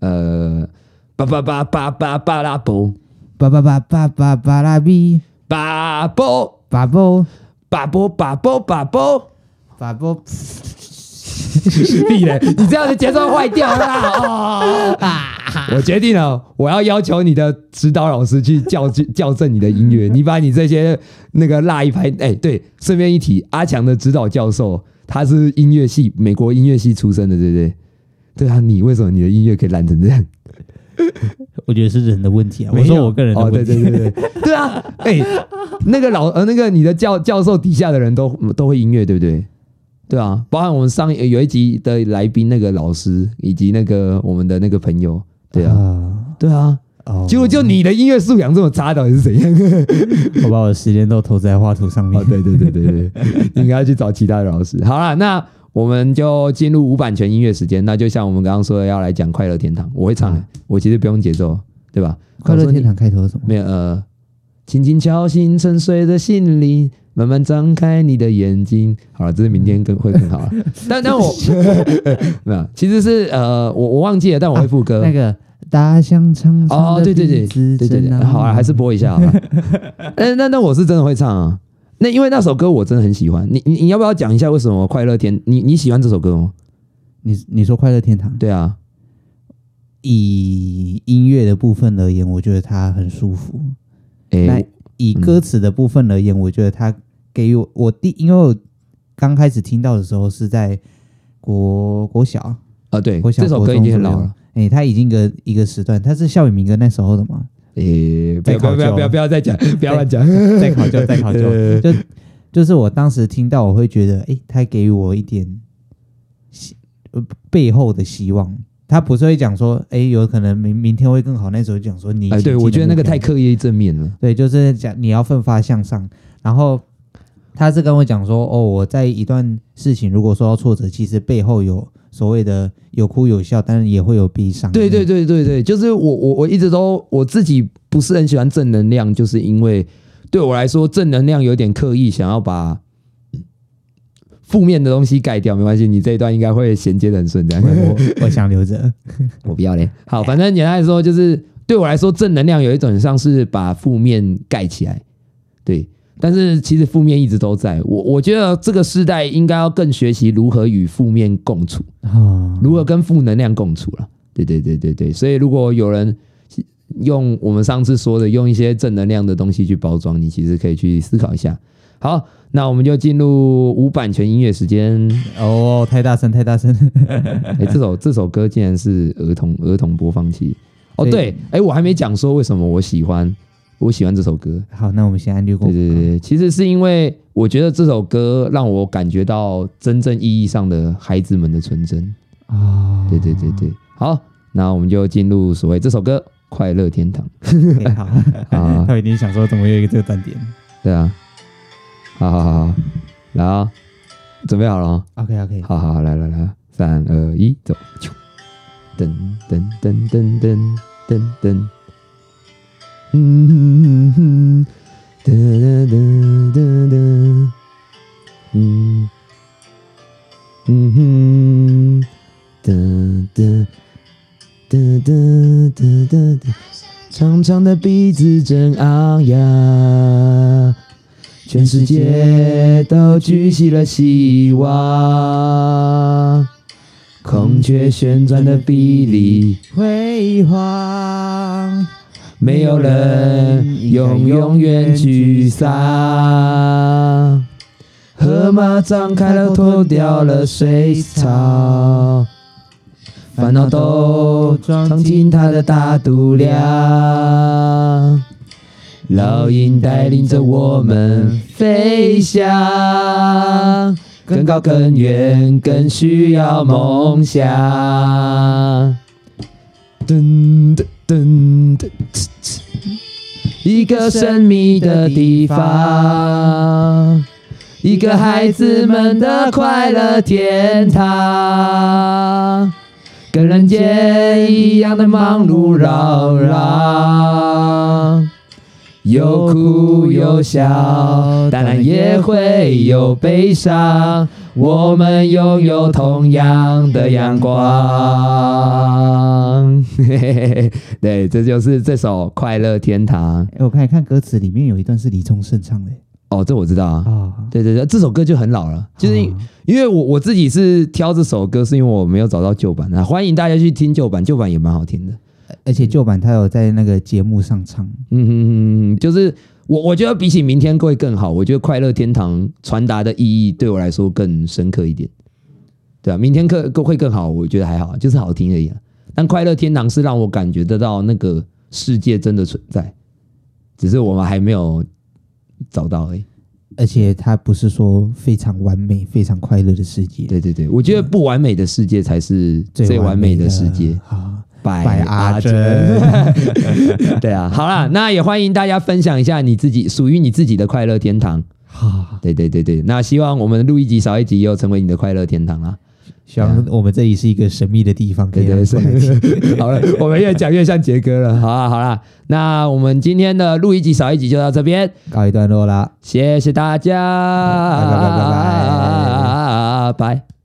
[SPEAKER 1] 呃，叭叭叭叭叭叭啦啵，
[SPEAKER 2] 叭叭叭叭叭叭啦哔，
[SPEAKER 1] 叭啵
[SPEAKER 2] 叭啵
[SPEAKER 1] 叭啵叭啵叭啵。
[SPEAKER 2] 叭啵，
[SPEAKER 1] 屁嘞！你这样的节奏坏掉了啦！哦，我决定了，我要要求你的指导老师去校校正你的音乐。你把你这些那个落一拍，哎、对，顺便一提，阿强的指导教授他是音乐系，美国音乐系出身的，对不对？对啊，你为什么你的音乐可以烂成这样？
[SPEAKER 2] 我觉得是人的问题啊。
[SPEAKER 1] 没
[SPEAKER 2] 我说
[SPEAKER 1] 有
[SPEAKER 2] 我个人的
[SPEAKER 1] 哦，对对
[SPEAKER 2] 问题，
[SPEAKER 1] 对对对对 啊！哎、那个老呃，那个你的教教授底下的人都都会音乐，对不对？对啊，包含我们上一有一集的来宾那个老师，以及那个我们的那个朋友，对啊，
[SPEAKER 2] 啊，
[SPEAKER 1] 对啊。
[SPEAKER 2] 哦，
[SPEAKER 1] 结果就你的音乐素养这么差，到底是怎样？
[SPEAKER 2] 我把我的时间都投在画图上面
[SPEAKER 1] 哦，。对对对对对，你 应该去找其他的老师。好啦，那我们就进入无版权音乐时间。那就像我们刚刚说的，要来讲《快乐天堂》，我会唱的，我其实不用节奏，对吧？
[SPEAKER 2] 嗯快乐
[SPEAKER 1] 我说你
[SPEAKER 2] 天堂开头是什么？
[SPEAKER 1] 没有呃，轻轻敲醒沉睡的心灵，慢慢张开你的眼睛。好了，这是明天更会更 好了。但但我没有，其实是呃，我我忘记了，但我会副歌。
[SPEAKER 2] 那个大象唱
[SPEAKER 1] 哦，对对对对对对，好啊，还是播一下好 了。那那那我是真的会唱啊。那因为那首歌我真的很喜欢，你你你要不要讲一下为什么快乐天？你你喜欢这首歌吗？
[SPEAKER 2] 你你说快乐天堂，
[SPEAKER 1] 对啊，
[SPEAKER 2] 以音乐的部分而言，我觉得它很舒服。
[SPEAKER 1] 诶、
[SPEAKER 2] 那以歌词的部分而言，我觉得它给予我我第，因为我刚开始听到的时候是在国国小，
[SPEAKER 1] 啊对，
[SPEAKER 2] 国小
[SPEAKER 1] 这首歌已经很老了。。
[SPEAKER 2] 哎、它已经个一个时段，它是校园民歌那时候的嘛？
[SPEAKER 1] 诶、不要不
[SPEAKER 2] 再
[SPEAKER 1] 要哎不要
[SPEAKER 2] 考究啊
[SPEAKER 1] 不要不要再讲，不要乱讲。
[SPEAKER 2] 再 考究，再考究，就就是我当时听到，我会觉得，哎、它给予我一点希呃背后的希望。他不是会讲说，哎、有可能明明天会更好，那时候讲说你
[SPEAKER 1] 哎，
[SPEAKER 2] 前
[SPEAKER 1] 对，
[SPEAKER 2] 进的
[SPEAKER 1] 我觉得那
[SPEAKER 2] 目
[SPEAKER 1] 个
[SPEAKER 2] 标
[SPEAKER 1] 太刻意正面了。
[SPEAKER 2] 对，就是讲你要奋发向上。然后他是跟我讲说，哦，我在一段事情如果受到挫折，其实背后有所谓的有哭有笑，但是也会有悲伤。
[SPEAKER 1] 对对对对对，就是我我我一直都我自己不是很喜欢正能量，就是因为对我来说正能量有点刻意想要把负面的东西盖掉。没关系，你这一段应该会衔接的很顺，这样
[SPEAKER 2] 我我想 留着。
[SPEAKER 1] 我不要嘞。好，反正简单来说就是对我来说正能量有一种像是把负面盖起来，对。但是其实负面一直都在，我我觉得这个时代应该要更学习如何与负面共处。
[SPEAKER 2] 啊，
[SPEAKER 1] 如何跟负能量共处了。对对对对对，所以如果有人用我们上次说的，用一些正能量的东西去包装，你其实可以去思考一下。好，那我们就进入无版权音乐时间。
[SPEAKER 2] 哦，太大声，太大声。
[SPEAKER 1] 哎，这首这首歌竟然是儿童儿童播放器。哦，
[SPEAKER 2] 对
[SPEAKER 1] 对，哎，我还没讲说为什么我喜欢我喜欢这首歌。
[SPEAKER 2] 好，那我们先按略过。
[SPEAKER 1] 对对对，对其实是因为我觉得这首歌让我感觉到真正意义上的孩子们的纯真。
[SPEAKER 2] 啊，
[SPEAKER 1] 对对对对，好，那我们就进入所谓这首歌《快乐天堂
[SPEAKER 2] 对， 好。》
[SPEAKER 1] 啊，
[SPEAKER 2] 他一定想说，怎么有一个这个断点
[SPEAKER 1] 对啊，好好好好，来啊，准备好了哦，
[SPEAKER 2] ？OK OK，
[SPEAKER 1] 好好好，来来来，三二一，走，啾噔噔噔噔噔噔噔，嗯哼哼，噔噔噔噔噔，嗯，嗯哼，噔噔噔噔噔噔噔。长长的鼻子正昂扬，全世界都举起了希望。孔雀旋转的臂里，
[SPEAKER 2] 辉煌，
[SPEAKER 1] 没有人永永远沮丧。河马张开了脱掉了水草，烦恼都装进它的大肚量。老鹰带领着我们飞翔，更高更远，更需要梦想。噔噔噔噔，一个神秘的地方，一个孩子们的快乐天堂，跟人间一样的忙碌扰攘。有哭有笑，当然也会有悲伤。我们拥有同样的阳光。 嘿嘿嘿对，这就是这首《快乐天堂》。
[SPEAKER 2] 哎，我看一看歌词里面有一段是李宗盛唱的
[SPEAKER 1] 哦，这我知道啊。
[SPEAKER 2] 啊，
[SPEAKER 1] 对对对，这首歌就很老了，就是因
[SPEAKER 2] 啊
[SPEAKER 1] 因为我我自己是挑这首歌，是因为我没有找到旧版啊。欢迎大家去听旧版，旧版也蛮好听的。
[SPEAKER 2] 而且旧版他有在那个节目上唱，
[SPEAKER 1] 嗯，就是我我觉得比起明天会更好，我觉得快乐天堂传达的意义对我来说更深刻一点，对啊，明天课会更好，我觉得还好，就是好听而已、啊。但快乐天堂是让我感觉得到那个世界真的存在，只是我们还没有找到而已。
[SPEAKER 2] 而且他不是说非常完美、非常快乐的世界，
[SPEAKER 1] 对对对，我觉得不完美的世界才是最完美的世界。
[SPEAKER 2] 啊。
[SPEAKER 1] 百
[SPEAKER 2] 百阿珍，
[SPEAKER 1] 对啊，好啦，那也欢迎大家分享一下你自己属于你自己的快乐天堂。
[SPEAKER 2] 好，
[SPEAKER 1] 对对对对，那希望我们录一集少一集，也有成为你的快乐天堂啊！
[SPEAKER 2] 希望我们这里是一个神秘的地方，可以
[SPEAKER 1] 对
[SPEAKER 2] 让
[SPEAKER 1] 对
[SPEAKER 2] 过来听。
[SPEAKER 1] 对， 好了，我们越讲越像杰哥了，好啊好啦，那我们今天的录一集少一集就到这边，
[SPEAKER 2] 告一段落啦。
[SPEAKER 1] 谢谢大家，
[SPEAKER 2] 拜拜拜拜
[SPEAKER 1] 拜拜。